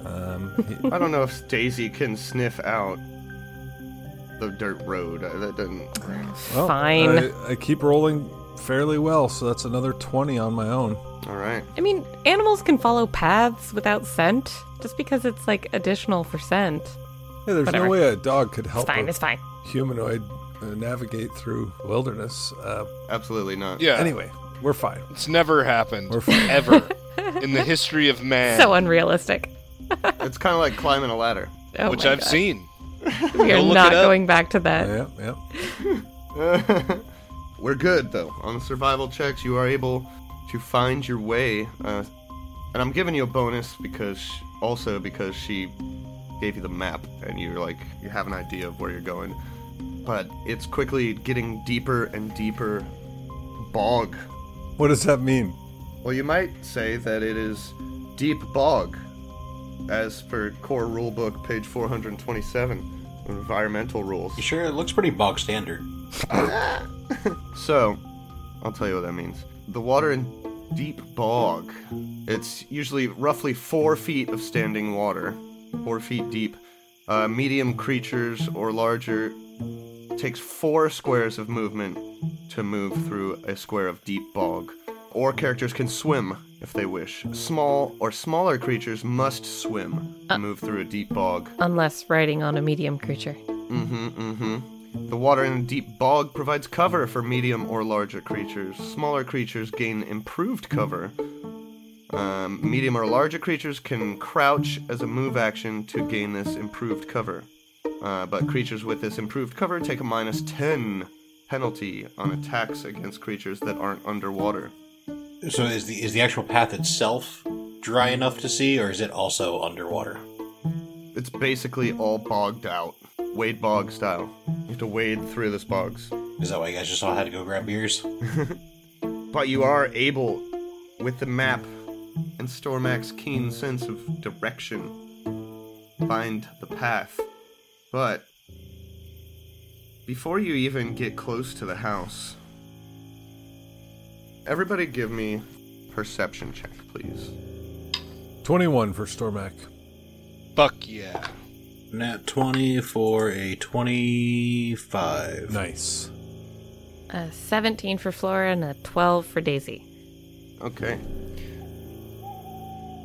A: Um, he-
B: I don't know if Daisy can sniff out the dirt road. Uh, That doesn't.
A: well,
D: Fine.
A: I, I keep rolling fairly well, so that's another 20 on my own.
B: Alright.
D: I mean, animals can follow paths without scent just because it's like additional for scent.
A: Hey, there's
D: Whatever.
A: no way a dog could
D: It's
A: help
D: fine,
A: a
D: it's fine.
A: humanoid uh, navigate through wilderness. Uh,
B: Absolutely not.
C: Yeah.
A: Anyway, we're fine.
C: It's never happened.
A: We're fine.
C: Ever. in the history of man.
D: So unrealistic.
B: It's kind of like climbing a ladder.
D: Oh
C: which
D: my
C: I've
D: God.
C: seen.
D: We are
C: Go look
D: not
C: it up.
D: going back to that.
A: yeah, yeah.
B: We're good though. On the survival checks, you are able to find your way, uh, and I'm giving you a bonus because also because she gave you the map and you're like you have an idea of where you're going. But it's quickly getting deeper and deeper bog.
A: What does that mean?
B: Well, you might say that it is deep bog, as per core rulebook page 427, environmental rules.
E: You sure? It looks pretty bog standard.
B: So, I'll tell you what that means. The water in deep bog. It's usually roughly four feet of standing water, four feet deep. Uh, medium creatures or larger takes four squares of movement to move through a square of deep bog. Or characters can swim if they wish. Small or smaller creatures must swim to move through a deep bog.
D: Unless riding on a medium creature.
B: Mm-hmm, mm-hmm. The water in a deep bog provides cover for medium or larger creatures. Smaller creatures gain improved cover. Um, medium or larger creatures can crouch as a move action to gain this improved cover. Uh, but creatures with this improved cover take a minus 10 penalty on attacks against creatures that aren't underwater.
E: So is the is the actual path itself dry enough to see, or is it also underwater?
B: It's basically all bogged out, wade bog style. You have to wade through this bogs.
E: Is that why you guys just all had to go grab beers?
B: But you are able, with the map and Stormax's keen sense of direction, find the path. But before you even get close to the house, everybody give me perception check, please.
A: 21 for Stormac.
C: Fuck yeah.
E: Nat twenty for a twenty-five.
A: Nice.
D: A 17 for Flora and a 12 for Daisy.
B: Okay.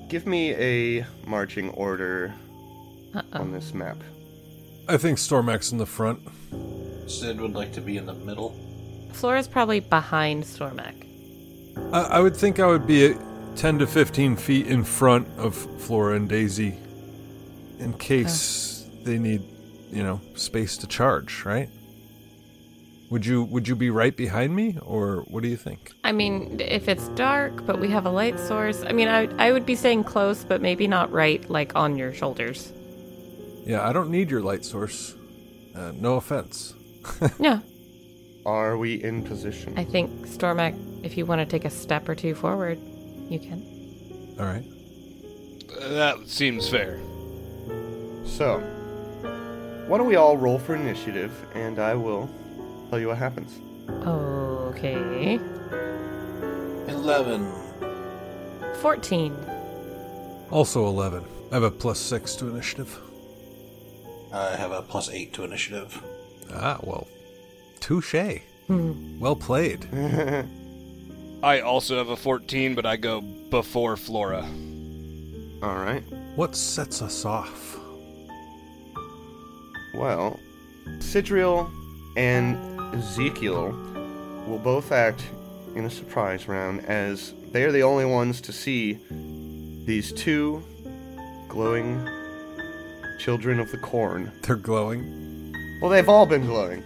B: Give me a marching order on this map.
A: I think Stormac's in the front.
E: Sid would like to be in the middle.
D: Flora's probably behind Stormac.
A: I, I would think I would be at 10 to 15 feet in front of Flora and Daisy in case they need, you know, space to charge, right? Would you would you be right behind me or what do you think?
D: I mean, if it's dark, but we have a light source. I mean, I, I would be saying close, but maybe not right, like on your shoulders.
A: Yeah, I don't need your light source. Uh, no offense.
D: No,
B: Are we in position?
D: I think Stormac, if you want to take a step or two forward, you can.
A: All right.
C: That seems fair.
B: So, why don't we all roll for initiative and I will tell you what happens.
D: Okay.
E: Eleven.
D: 14.
A: Also 11. I have a plus 6 to initiative.
E: I have a plus eight to initiative.
A: Ah, well. Touche.
D: Hmm.
A: Well played.
C: I also have a 14, but I go before Flora.
B: All right.
A: What sets us off?
B: Well, Sidriel and Ezekiel will both act in a surprise round as they are the only ones to see these two glowing children of the corn.
A: They're glowing.
B: Well, they've all been glowing.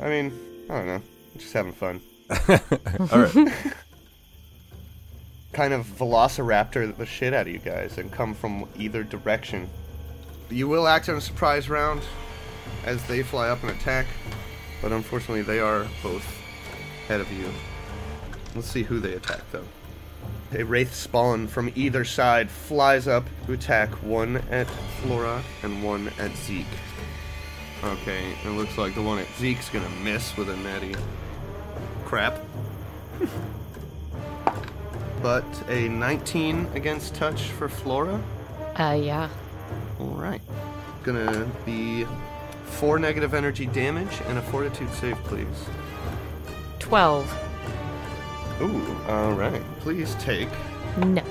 B: I mean, I don't know. Just having fun.
A: All right.
B: kind of velociraptor the shit out of you guys and come from either direction. You will act on a surprise round as they fly up and attack, but unfortunately they are both ahead of you. Let's see who they attack though. A wraith spawn from either side flies up to attack one at Flora and one at Zeke. Okay, it looks like the one at Zeke's gonna miss with a netty. Crap. but a 19 against touch for Flora.
D: Uh, yeah.
B: All right. Gonna be four negative energy damage and a fortitude save, please.
D: 12.
B: Ooh, all right. Please take
D: No.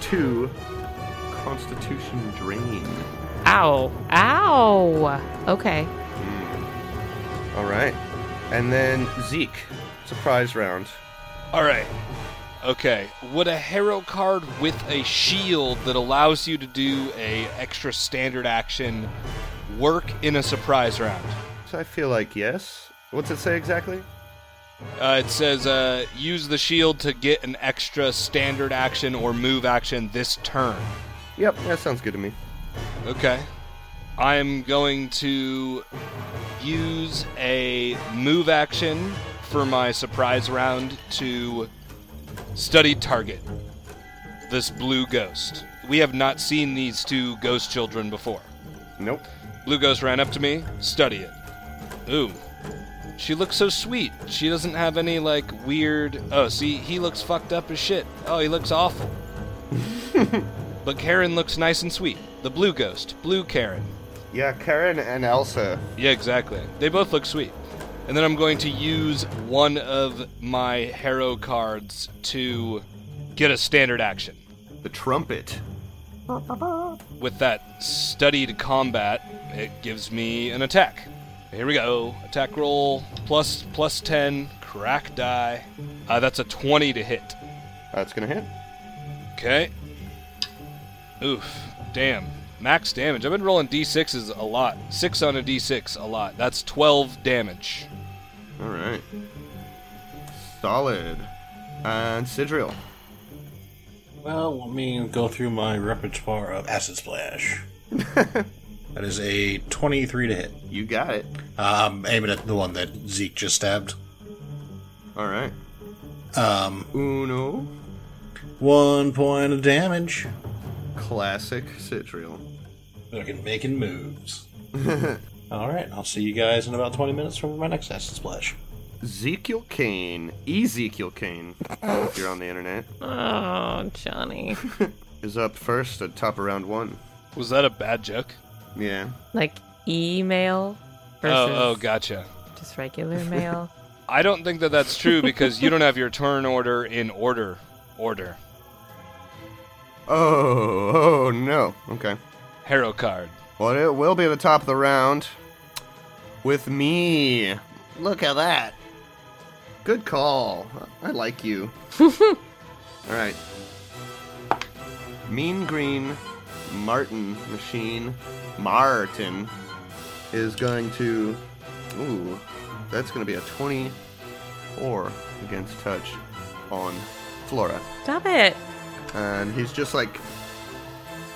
B: two Constitution drain.
D: Ow. Ow. Okay.
B: All right. And then Zeke, surprise round.
C: All right. Okay. Would a hero card with a shield that allows you to do a extra standard action work in a surprise round?
B: So I feel like yes. What's it say exactly?
C: Uh, it says uh, use the shield to get an extra standard action or move action this turn.
B: Yep, that sounds good to me.
C: Okay. I'm going to use a move action for my surprise round to study target this blue ghost. We have not seen these two ghost children before.
B: Nope.
C: Blue ghost ran up to me, study it. Ooh. She looks so sweet. She doesn't have any like weird. Oh, see, he looks fucked up as shit. Oh, he looks awful. but Karen looks nice and sweet. The blue ghost, blue Karen.
B: Yeah, Karen and Elsa.
C: Yeah, exactly. They both look sweet. And then I'm going to use one of my Harrow cards to get a standard action.
B: The trumpet.
C: With that studied combat, it gives me an attack. Here we go. Attack roll plus plus 10, crack die. Uh, that's a 20 to hit.
B: That's gonna hit.
C: Okay. Oof. Damn. Max damage. I've been rolling d6s a lot. 6 on a d6 a lot. That's 12 damage.
B: All right. Solid. And Sidriel.
E: Well, let me go through my repertoire of Acid Splash. that is a 23 to hit.
B: You got it.
E: Um, aiming at the one that Zeke just stabbed.
B: All right.
E: Um,
B: Uno.
E: one point of damage.
B: Classic Sidriel.
E: Fucking making moves. All right, I'll see you guys in about 20 minutes for my next Acid Splash.
B: Ezekiel Kane. Ezekiel Kane. if you're on the internet.
D: Oh, Johnny.
B: Is up first at top of round one.
C: Was that a bad joke?
B: Yeah.
D: Like email versus
C: Oh, oh, gotcha.
D: just regular mail.
C: I don't think that that's true because you don't have your turn order in order. Order.
B: Oh, oh no. Okay.
C: Hero card.
B: Well, it will be at the top of the round with me. Look at that. Good call. I like you. All right. Mean Green Martin Machine Martin is going to. Ooh, that's going to be a 24 against touch on Flora
D: Stop it.
B: and he's just like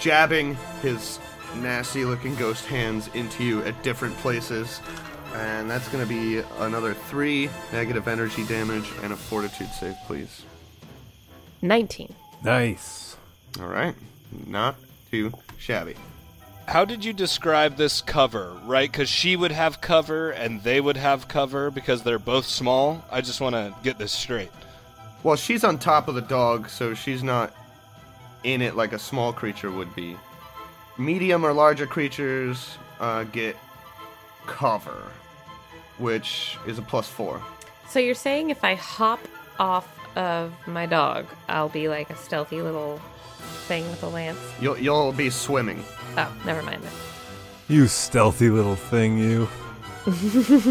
B: jabbing his nasty looking ghost hands into you at different places. And that's going to be another three negative energy damage and a fortitude save, please.
D: 19.
A: Nice.
B: All right. Not too shabby.
C: How did you describe this cover, right? Because she would have cover and they would have cover because they're both small. I just want to get this straight.
B: Well, she's on top of the dog, so she's not in it like a small creature would be. Medium or larger creatures uh, get cover, which is a plus four.
D: So you're saying if I hop off of my dog, I'll be like a stealthy little thing with a lance?
B: You'll, you'll be swimming.
D: Oh, never mind.
A: You stealthy little thing, you.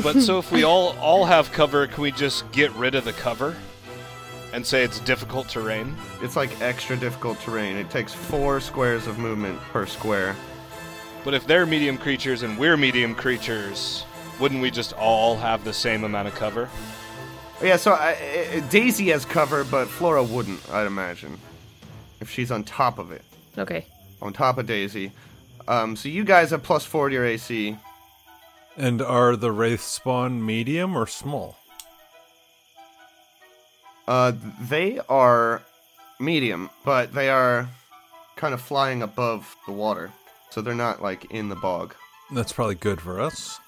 C: But so if we all all have cover, can we just get rid of the cover and say it's difficult terrain?
B: It's like extra difficult terrain. It takes four squares of movement per square.
C: But if they're medium creatures and we're medium creatures, wouldn't we just all have the same amount of cover?
B: Yeah, so I, I, I- Daisy has cover, but Flora wouldn't, I'd imagine, if she's on top of it,
D: Okay.
B: on top of Daisy. Um, so you guys have plus four to your AC.
A: And are the wraith spawn medium or small?
B: Uh, they are medium, but they are kind of flying above the water, so they're not like in the bog.
A: That's probably good for us.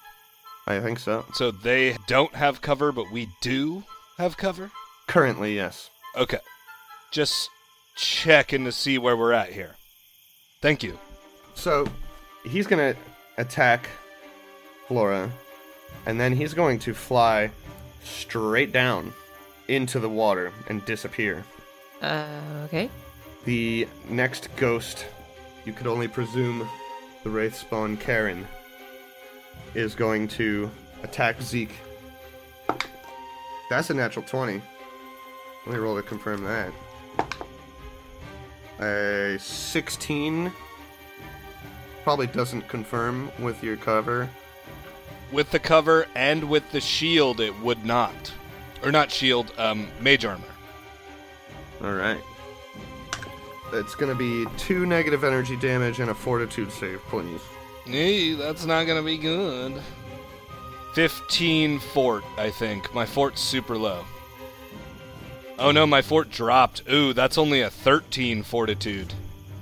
B: I think so.
C: So they don't have cover, but we do have cover?
B: Currently, yes.
C: Okay. Just checking to see where we're at here. Thank you.
B: So he's gonna attack Flora, and then he's going to fly straight down into the water and disappear.
D: Uh, okay.
B: The next ghost, you could only presume the Wraith Spawn Karen, is going to attack Zeke. That's a natural 20. Let me roll to confirm that. A 16 probably doesn't confirm with your cover.
C: With the cover and with the shield, it would not. Or not shield, um, mage armor.
B: Alright. It's gonna be two negative energy damage and a fortitude save, please.
C: Eh, that's not gonna be good. 15 fort, I think. My fort's super low. Oh no, my fort dropped. Ooh, that's only a 13 fortitude.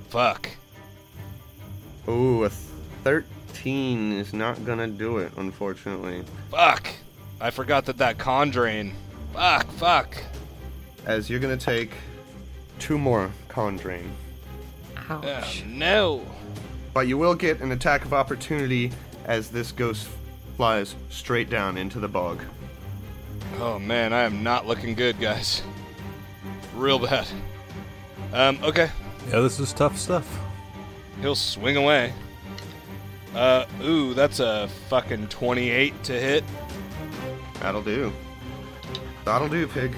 C: Fuck.
B: Ooh, a 13 is not gonna do it, unfortunately.
C: Fuck. I forgot that that con drain. Fuck, fuck.
B: as you're gonna take two more con drain.
D: Ouch.
C: Oh, no.
B: But you will get an attack of opportunity as this ghost flies straight down into the bog.
C: Oh man, I am not looking good, guys. Real bad. Um, okay.
A: Yeah, this is tough stuff.
C: He'll swing away. Uh, ooh, that's a fucking 28 to hit.
B: That'll do. That'll do, pig.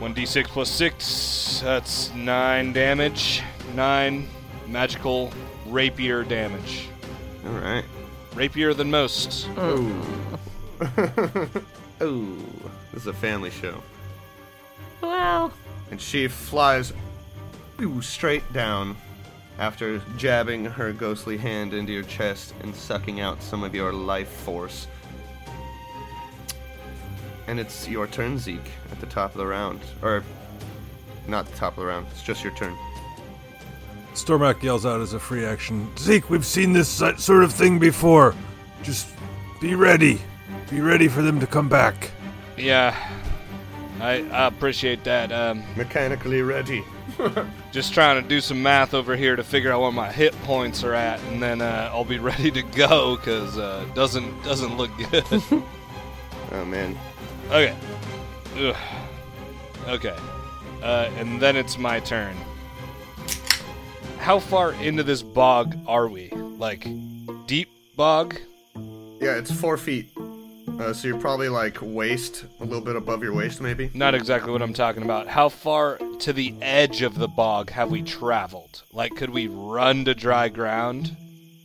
C: 1d6 plus 6, that's 9 damage. 9 magical rapier damage.
B: All right.
C: Rapier than most.
B: Ooh. Oh, this is a family show.
D: Well,
B: And she flies ooh, straight down after jabbing her ghostly hand into your chest and sucking out some of your life force. And it's your turn, Zeke, at the top of the round. Or, not the top of the round, it's just your turn.
A: Stormak yells out as a free action Zeke, we've seen this si- sort of thing before. Just be ready. Be ready for them to come back.
C: Yeah, I, I appreciate that. Um,
B: Mechanically ready.
C: just trying to do some math over here to figure out where my hit points are at, and then uh, I'll be ready to go because uh, doesn't doesn't look good.
B: Oh man.
C: okay. Ugh. Okay. Uh, and then it's my turn. How far into this bog are we? Like deep bog?
B: Yeah, it's four feet. Uh, so you're probably like waist, a little bit above your waist, maybe.
C: Not exactly what I'm talking about. How far to the edge of the bog have we traveled? Like, could we run to dry ground?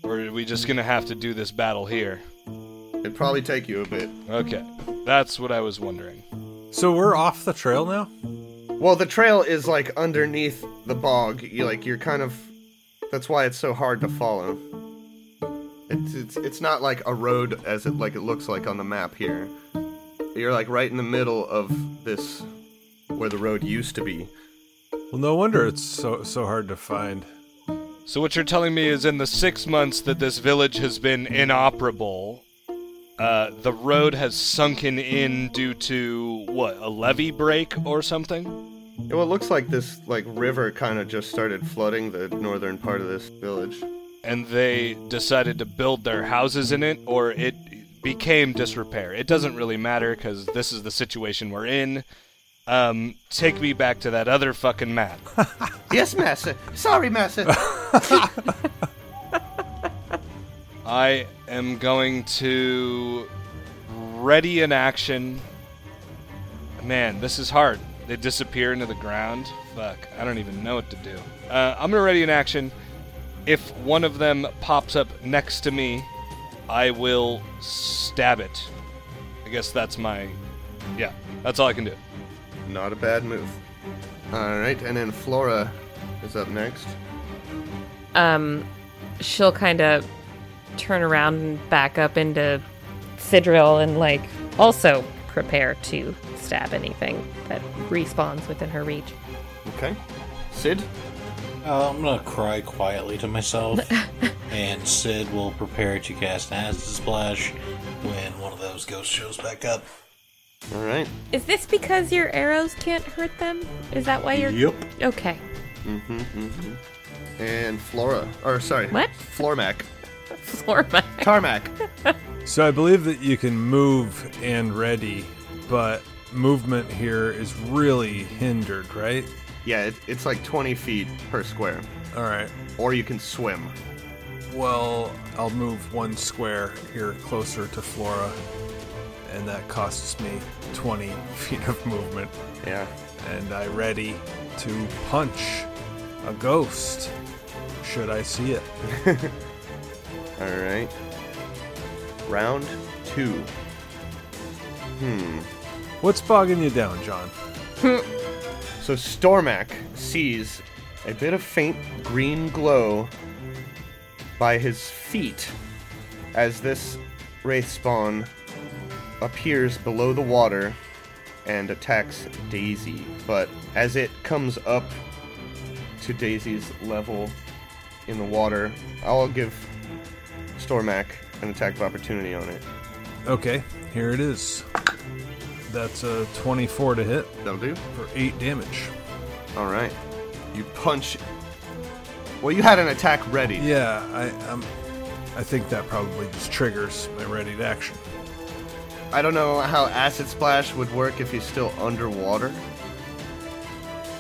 C: Or are we just gonna have to do this battle here?
B: It'd probably take you a bit.
C: Okay, that's what I was wondering.
A: So we're off the trail now?
B: Well, the trail is like underneath the bog. You like you're kind of. That's why it's so hard to follow. It's it's it's not like a road as it like it looks like on the map here. You're like right in the middle of this, where the road used to be.
A: Well, no wonder it's so so hard to find.
C: So, what you're telling me is in the six months that this village has been inoperable, uh, the road has sunken in due to, what, a levee break or something?
B: Well, it looks like this like river kind of just started flooding the northern part of this village.
C: And they decided to build their houses in it, or it became disrepair. It doesn't really matter because this is the situation we're in. Um, take me back to that other fucking map.
B: yes, master. Sorry, master.
C: I am going to ready an action. Man, this is hard. They disappear into the ground. Fuck, I don't even know what to do. Uh, I'm gonna ready an action. If one of them pops up next to me, I will stab it. I guess that's my. Yeah, that's all I can do.
B: Not a bad move. All right, and then Flora is up next.
D: um, she'll kind of turn around and back up into Sidril and like also prepare to stab anything that respawns within her reach.
B: Okay. Sid?
E: Uh, I'm gonna cry quietly to myself, and Sid will prepare to cast an acid splash when one of those ghosts shows back up.
B: All right.
D: Is this because your arrows can't hurt them? Is that why you're
E: Yep.
D: okay?
B: Mm-hmm, mm-hmm. And Flora. Or, sorry.
D: What?
B: Flormac.
D: Flormac.
B: Tarmac.
A: So I believe that you can move and ready, but movement here is really hindered, right?
B: yeah, it, it's like 20 feet per square.
A: All right.
B: Or you can swim.
A: Well, I'll move one square here closer to Flora, and that costs me 20 feet of movement.
B: Yeah.
A: And I ready to punch a ghost should I see it.
B: All right. Round two. Hmm.
A: What's bogging you down, John?
B: So Stormak sees a bit of faint green glow by his feet as this wraith spawn appears below the water and attacks Daisy. But as it comes up to Daisy's level in the water, I'll give Stormak an attack of opportunity on it.
A: Okay, here it is. That's a 24 to hit
B: That'll do.
A: for 8 damage.
B: All right. You punch. Well, you had an attack ready.
A: Yeah, I um, I think that probably just triggers my ready to action.
B: I don't know how acid splash would work if he's still underwater.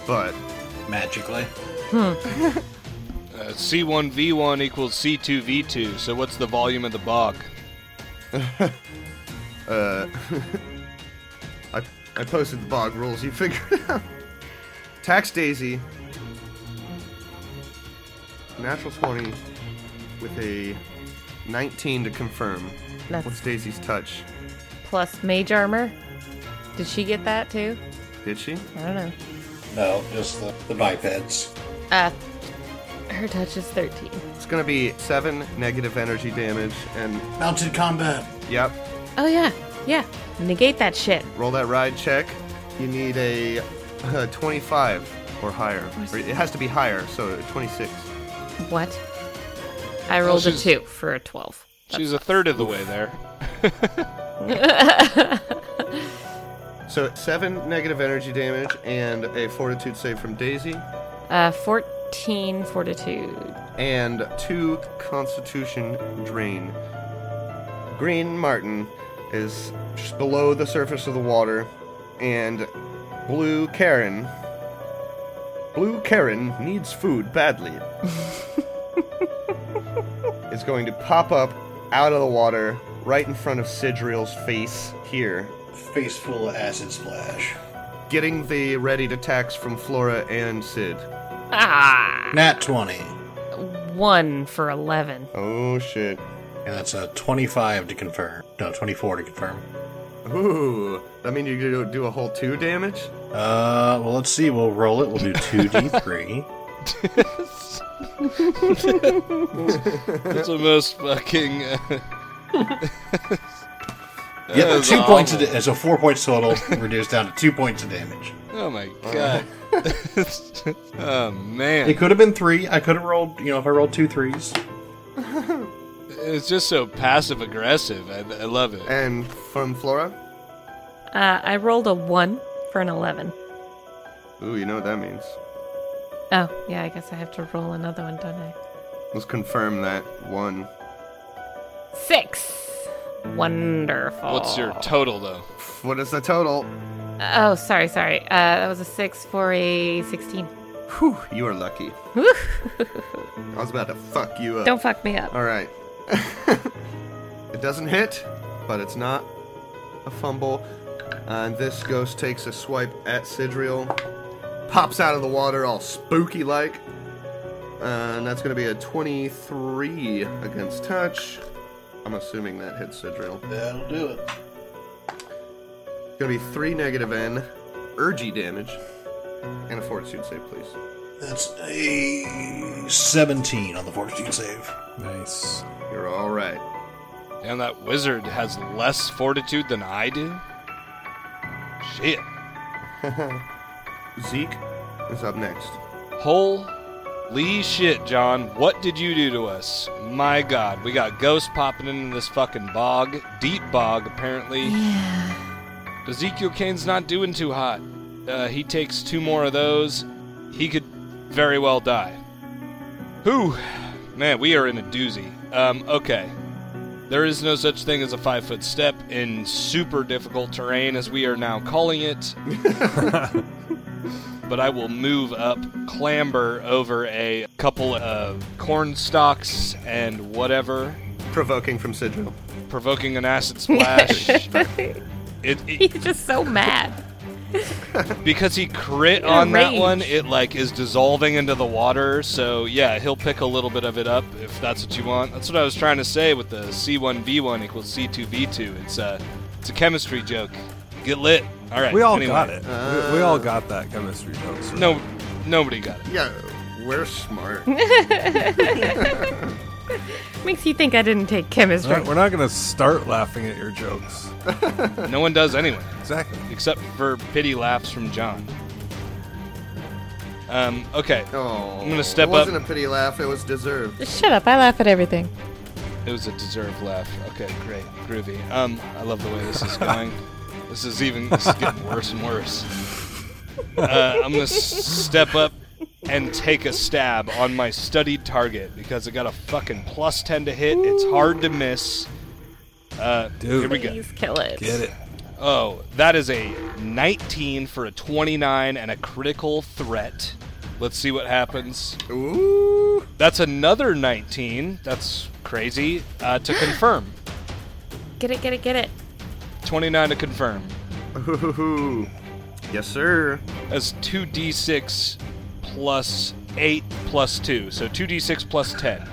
B: But
E: Magically.
C: Uh, C1V1 equals C2V2, so what's the volume of the bog?
B: uh I I posted the bog rules, you figure it out. Tax Daisy. Natural 20 with a 19 to confirm.
D: That's-
B: What's Daisy's touch?
D: Plus mage armor. Did she get that too?
B: Did she?
D: I don't know.
E: No, just the, the bipeds.
D: Uh, her touch is 13.
B: It's gonna be seven negative energy damage, and
E: Mounted combat.
B: yep,
D: Oh, yeah. Yeah. Negate that shit.
B: roll that ride check. You need a, uh 25 or higher. Or it has to be higher, so 26.
D: What? I rolled a
C: she's-
D: 2 for a 12.
C: She's a third of the way there.
B: So seven negative energy damage and a fortitude save from Daisy,
D: Uh, 14 fortitude.
B: and two constitution drain. Green Martin is just below the surface of the water, and Blue Karen. Blue Karen needs food badly. is going to pop up out of the water right in front of Sidriel's face here,
E: Face full of acid splash.
B: getting the readied attacks from Flora and Sid.
D: Ah!
E: Nat 20.
D: 1 for 11.
B: Oh shit.
E: And that's a 25 to confirm. No, 24 to confirm.
B: Ooh, that means you're gonna do a whole two damage?
E: Uh, well, let's see. We'll roll it. We'll do 2d3.
C: That's the most fucking. Uh, That
E: yeah,
C: is
E: two points.
C: awful.
E: Of da- so four points total, reduced down to two points of damage.
C: Oh my god. oh
E: It
C: man.
E: could have been three. I could have rolled. You know, if I rolled two threes.
C: It's just so passive aggressive. I, I love it.
B: And from Flora?
D: Uh, I rolled a 1 for an 11.
B: Ooh, you know what that means.
D: Oh, yeah, I guess I have to roll another one, don't I?
B: Let's confirm that one.
D: 6. Wonderful.
C: What's your total though?
B: What is the total?
D: Oh, sorry, sorry. Uh, that was a 6 for a 16.
B: Whew, you are lucky. I was about to fuck you up.
D: Don't fuck me up.
B: Alright. it doesn't hit, but it's not a fumble. And this ghost takes a swipe at Sidriel. Pops out of the water all spooky like. And that's going to be a 23 against touch. I'm assuming that hits Sidriel.
E: That'll do it.
B: It's going to be 3 negative N, urgy damage, and a fortitude save, please.
E: That's a 17 on the fortitude save.
A: Nice.
B: You're alright.
C: Damn, that wizard has less fortitude than I do. Shit.
B: Zeke is up next.
C: Holy shit, John. What did you do to us? My god. We got ghosts popping into this fucking bog. Deep bog, apparently. Ezekiel Kane's not doing too hot. Uh, he takes two more of those. He could very well die. Whew. Man, we are in a doozy. Um, okay. There is no such thing as a five foot step in super difficult terrain, as we are now calling it but I will move up, clamber over a couple of corn stalks and whatever,
B: Provoking from Sidriel.
C: provoking an acid splash. it, it-
D: He's just so mad.
C: because he crit on that
D: rage.
C: one, it like is dissolving into the water. So yeah, he'll pick a little bit of it up if that's what you want. That's what I was trying to say with the C1V1 equals C2V2. It's a it's a chemistry joke. Get lit. All right.
A: We all
C: anyway.
A: got it. we, we all got that chemistry jokes. right?
C: No, nobody got it.
B: Yeah, we're smart.
D: Makes you think I didn't take
A: We're
D: chemistry.
A: not, we're not gonna start laughing at your jokes.
C: No one does anyway.
A: Exactly.
C: except for pity laughs from John. Um, okay.
B: Oh,
C: I'm gonna step
B: it
C: up.
B: wasn't a pity laugh. It was deserved.
D: Shut up, I laugh at everything.
C: It was a deserved laugh. Okay, great, groovy. Um, I love the way this is going. this is even this is getting worse and worse. Uh, I'm gonna s- step up and take a stab on my studied target because I got a fucking plus ten to hit. It's hard to miss. Uh,
A: Dude.
C: here we go.
D: Please kill it.
A: Get it.
C: Oh, that is a 19 for a 29 and a critical threat. Let's see what happens.
B: Ooh,
C: That's another 19. That's crazy. Uh, to confirm.
D: Get it, get it, get it.
C: 29 to confirm.
B: Ooh. yes, sir.
C: That's 2d6 plus 8 plus 2. So 2d6 plus 10.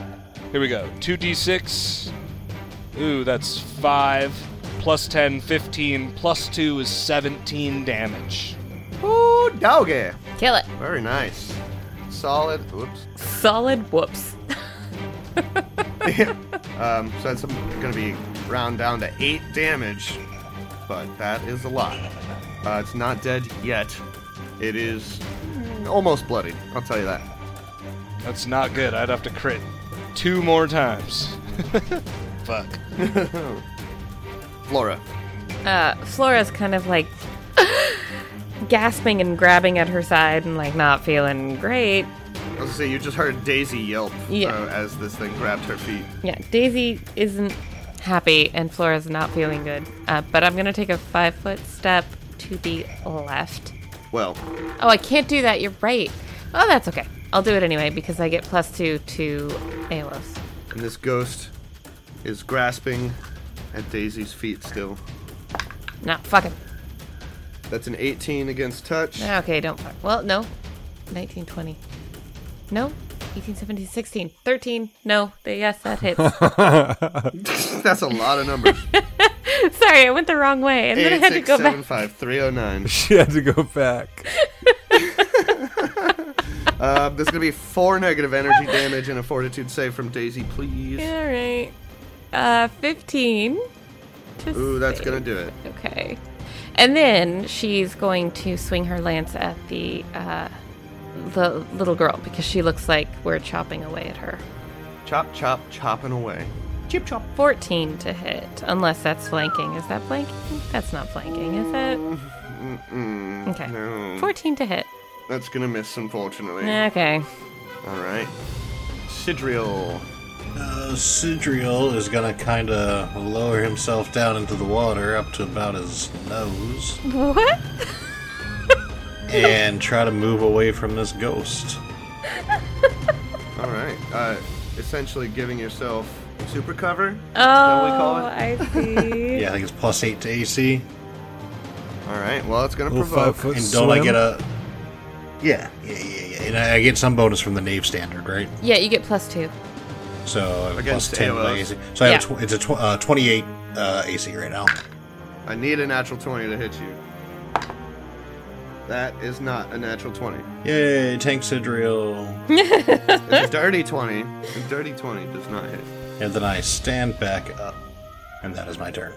C: Here we go. 2d6. Ooh, that's 5 plus 10, 15, plus 2 is 17 damage.
B: Ooh, doggy.
D: Kill it.
B: Very nice. Solid. Oops.
D: Solid whoops.
B: Um, so that's going to be round down to eight damage, but that is a lot. Uh, it's not dead yet. It is almost bloodied. I'll tell you that.
C: That's not good. I'd have to crit two more times. Fuck.
B: Flora.
D: Uh, Flora's kind of like gasping and grabbing at her side and like not feeling great.
B: I was gonna say you just heard Daisy yelp
D: Yeah.
B: uh, as this thing grabbed her feet.
D: Yeah, Daisy isn't happy and Flora's not feeling good. Uh, but I'm gonna take a five foot step to the left.
B: Well,
D: Oh, I can't do that. You're right. Oh, that's okay. I'll do it anyway because I get plus two to Aelos.
B: and this ghost is grasping at Daisy's feet still.
D: Not fucking.
B: That's an 18 against touch.
D: Okay, don't fuck. Well, no. 1920. No. 1870, 16, 13. No. They- Yes, that hits.
B: That's a lot of numbers.
D: Sorry, I went the wrong way. And then I
B: Eight,
D: had to
B: six,
D: go back.
B: seven, five, oh, 309.
A: She had to go back.
B: Uh, there's gonna be four negative energy damage and a fortitude save from Daisy, please.
D: All right. Uh, 15. to
B: Ooh, that's
D: save.
B: gonna do it.
D: Okay. And then she's going to swing her lance at the uh, the little girl because she looks like we're chopping away at her.
B: Chop, chop, chopping away.
D: 14 to hit, unless that's flanking. Is that flanking? That's not flanking, is it? Okay.
B: no.
D: 14 to hit.
B: That's gonna miss, unfortunately.
D: Okay.
B: All right. Sidriel.
E: Uh, Sidriel is gonna kind of lower himself down into the water up to about his nose
D: What?
E: and try to move away from this ghost.
B: All right. Uh, essentially giving yourself super cover.
D: Oh,
B: we call it?
D: I see.
E: Yeah, I think it's plus eight to AC.
B: All right. Well, it's gonna
A: Little five
B: provoke.
A: foot
E: And don't I
A: swim.
E: get a. Yeah, yeah, yeah, yeah. And I I get some bonus from the Knave Standard, right?
D: Yeah, you get plus two.
E: So I have a plus
B: Against
E: 10 to my
B: AOS.
E: AC. So I have
D: Yeah.
E: a tw- it's a tw- uh, 28 uh, AC right now.
B: I need a natural 20 to hit you. That is not a natural 20.
E: Yay, Tank Sidriel.
B: It's a dirty 20. A dirty 20 does not hit.
E: And then I stand back up. And that is my turn.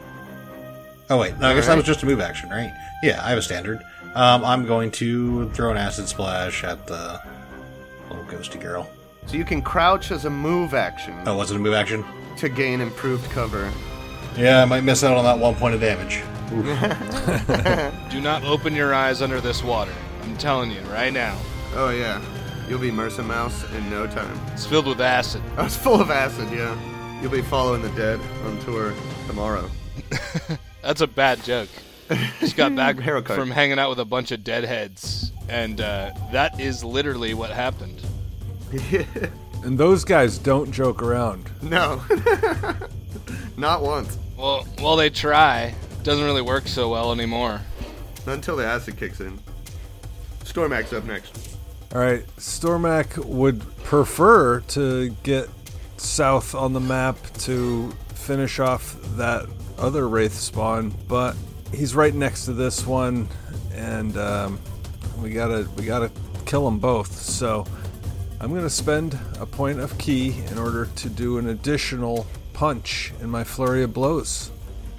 E: Oh, wait. No, I guess that was just a move action, right? Yeah, I have a standard. Um, I'm going to throw an acid splash at the little ghosty girl.
B: So you can crouch as a move action
E: Oh, was it a move action?
B: to gain improved cover.
E: Yeah, I might miss out on that one point of damage.
C: Do not open your eyes under this water. I'm telling you right now.
B: Oh yeah, you'll be Mercer Mouse in no time.
C: It's filled with acid.
B: I was full of acid, yeah. You'll be following the dead on tour tomorrow.
C: That's a bad joke. Just got back
B: Haircut.
C: from hanging out with a bunch of deadheads, and uh, that is literally what happened.
A: And those guys don't joke around.
B: no, not once.
C: Well, well, they try. Doesn't really work so well anymore.
B: Not until the acid kicks in. Stormax up next.
A: All right, Stormac would prefer to get south on the map to finish off that other wraith spawn, but he's right next to this one, and um, we gotta we gotta kill them both. So I'm gonna spend a point of key in order to do an additional punch in my flurry of blows.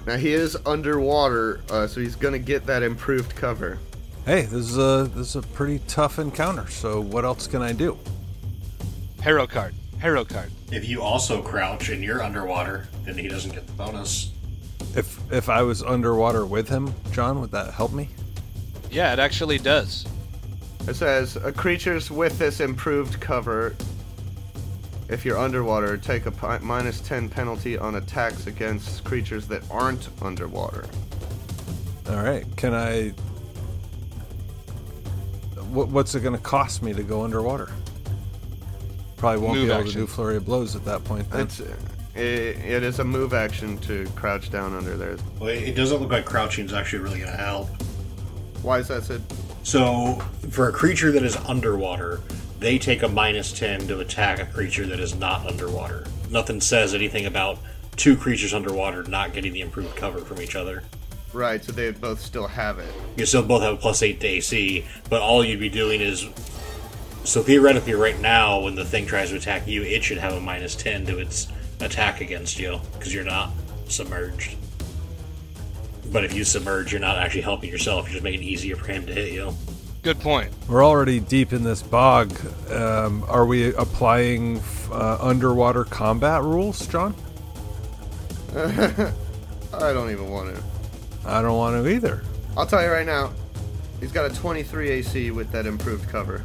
B: Now he is underwater, uh, so he's gonna get that improved cover.
A: Hey, this is a this is a pretty tough encounter. So what else can I do?
C: Hero card. Hero card.
E: If you also crouch and you're underwater, then he doesn't get the bonus.
A: If if I was underwater with him, John, would that help me?
C: Yeah, it actually does.
B: It says uh, creatures with this improved cover. If you're underwater, take a pi- minus 10 penalty on attacks against creatures that aren't underwater.
A: All right. Can I? What, what's it going to cost me to go underwater? Probably won't
C: Move
A: be able to
C: action.
A: do flurry of blows at that point. Then.
B: It's it, uh, it is a move action to crouch down under there.
E: Well, it it doesn't look like crouching is actually really going to help.
B: Why is that said?
E: So, for a creature that is underwater, they take a minus 10 to attack a creature that is not underwater. Nothing says anything about two creatures underwater not getting the improved cover from each other.
B: Right, so they both still have it.
E: You still both have a plus eight to AC, but all you'd be doing is. So theoretically, right now, when the thing tries to attack you, it should have a minus 10 to its attack against you, because you're not submerged. But if you submerge, you're not actually helping yourself, you're just making it easier for him to hit you.
C: Good point.
A: We're already deep in this bog. Um, are we applying f- uh, underwater combat rules, John?
B: I don't even want to.
A: I don't want to either.
B: I'll tell you right now, he's got a 23 AC with that improved cover.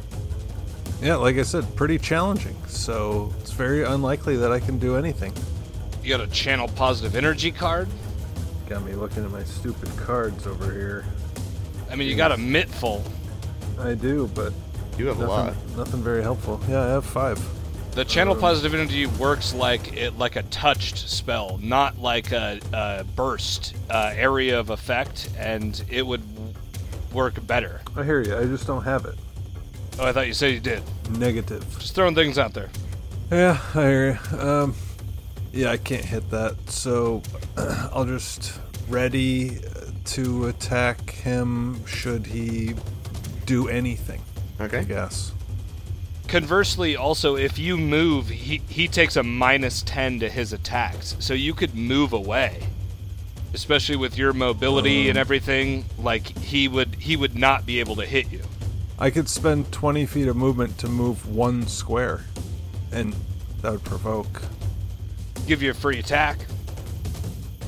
A: Yeah, like I said, pretty challenging. So it's very unlikely that I can do anything.
C: You got a channel positive energy card.
A: Got me looking at my stupid cards over here.
C: I mean, you got a mitful.
A: I do, but
B: You have a lot.
A: nothing, nothing very helpful. Yeah, I have five.
C: The channel positive energy works like it like a touched spell, not like a, a burst uh, area of effect, and it would w- work better.
A: I hear you. I just don't have it.
C: Oh, I thought you said you did.
A: Negative.
C: Just throwing things out there.
A: Yeah, I hear you. Um, yeah, I can't hit that, so I'll just ready to attack him should he do anything. I
B: Okay.
A: guess.
C: Conversely, also, if you move, he, he takes a minus 10 to his attacks. So you could move away. Especially with your mobility and everything, like he would he would not be able to hit you.
A: I could spend 20 feet of movement to move one square, and that would provoke.
C: Give you a free attack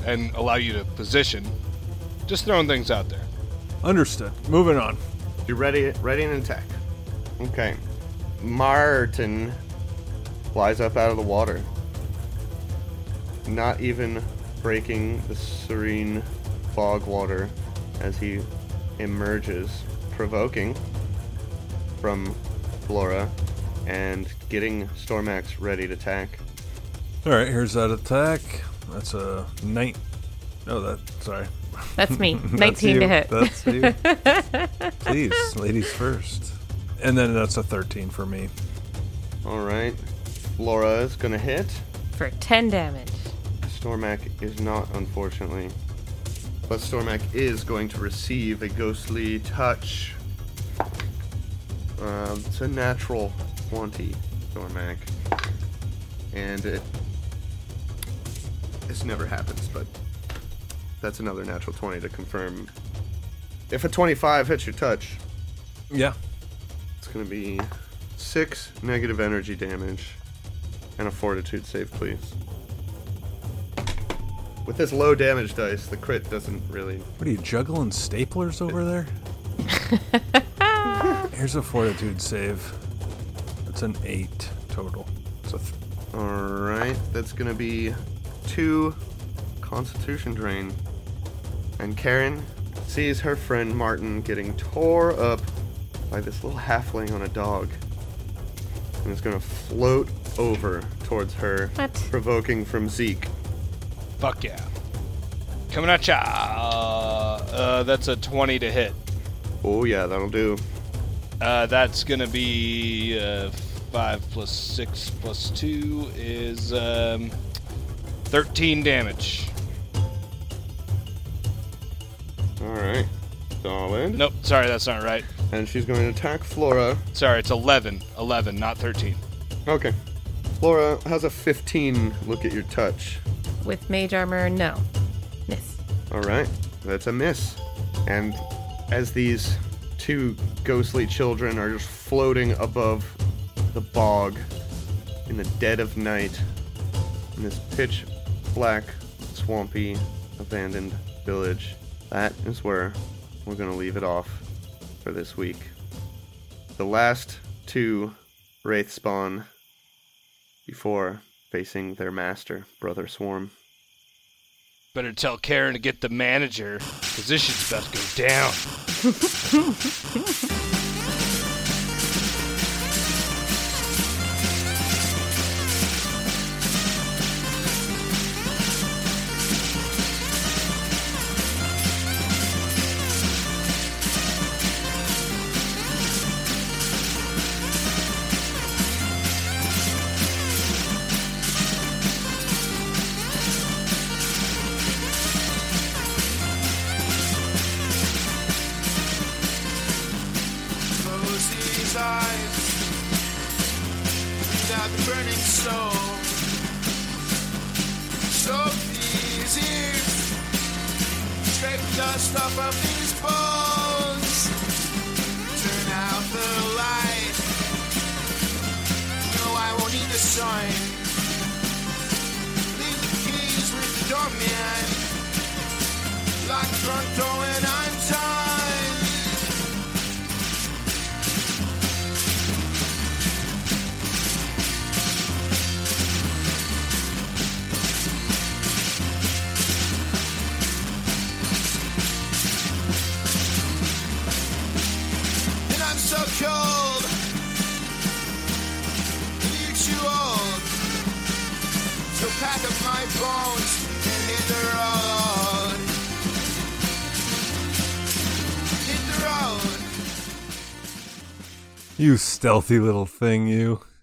C: and allow you to position. Just throwing things out there.
A: Understood. Moving on.
B: You're ready, ready and attack. Okay. Martin flies up out of the water, not even breaking the serene fog water as he emerges, provoking from Flora and getting Stormax ready to attack.
A: All right, here's that attack. That's a night. No, that sorry.
D: That's me.
A: That's
D: 19 to
A: you.
D: hit.
A: That's you. Please, ladies first. And then that's a 13 for me.
B: All right. Flora is gonna hit.
D: For 10 damage.
B: Stormac is not, unfortunately. But Stormac is going to receive a ghostly touch. Um, it's a natural 20, Stormac. And it. This never happens, but that's another natural 20 to confirm. If a 25 hits your touch,
A: Yeah.
B: it's going to be 6 negative energy damage and a fortitude save, please. With this low damage dice, the crit doesn't really.
A: What are you juggling staplers over there? Here's a fortitude save. It's an 8 total. It's a th-
B: Alright, that's going to be 2 constitution drain. And Karen sees her friend Martin getting tore up by this little halfling on a dog. And is going to float over towards her,
D: What?
B: provoking from Zeke.
C: Fuck yeah. Coming at ya. Uh, uh, that's a 20 to hit.
B: Oh, yeah, that'll do.
C: Uh, that's gonna be uh, five plus six plus two is um, thirteen damage.
B: Alright, solid.
C: Nope, sorry, that's not right.
B: And she's going to attack Flora.
C: Sorry, it's 11. 11, not 13.
B: Okay. Flora, how's a 15 look at your touch?
D: With mage armor, no. Miss.
B: All right, that's a miss. And as these two ghostly children are just floating above the bog in the dead of night in this pitch black, swampy, abandoned village, that is where we're going to leave it off for this week. The last two wraith spawn before facing their master, Brother Swarm.
C: Better tell Karen to get the manager, because this shit's about to go down.
F: life without the burning soul. So please, here, scrape the dust off of these bones. Turn out the light. No, I won't need the sun. Leave the keys with the doorman. Lock the front door and I'm done. and I'm so cold. And you're too old. So pack up my bones and hit the road. Hit the road.
A: You stealthy little thing, you.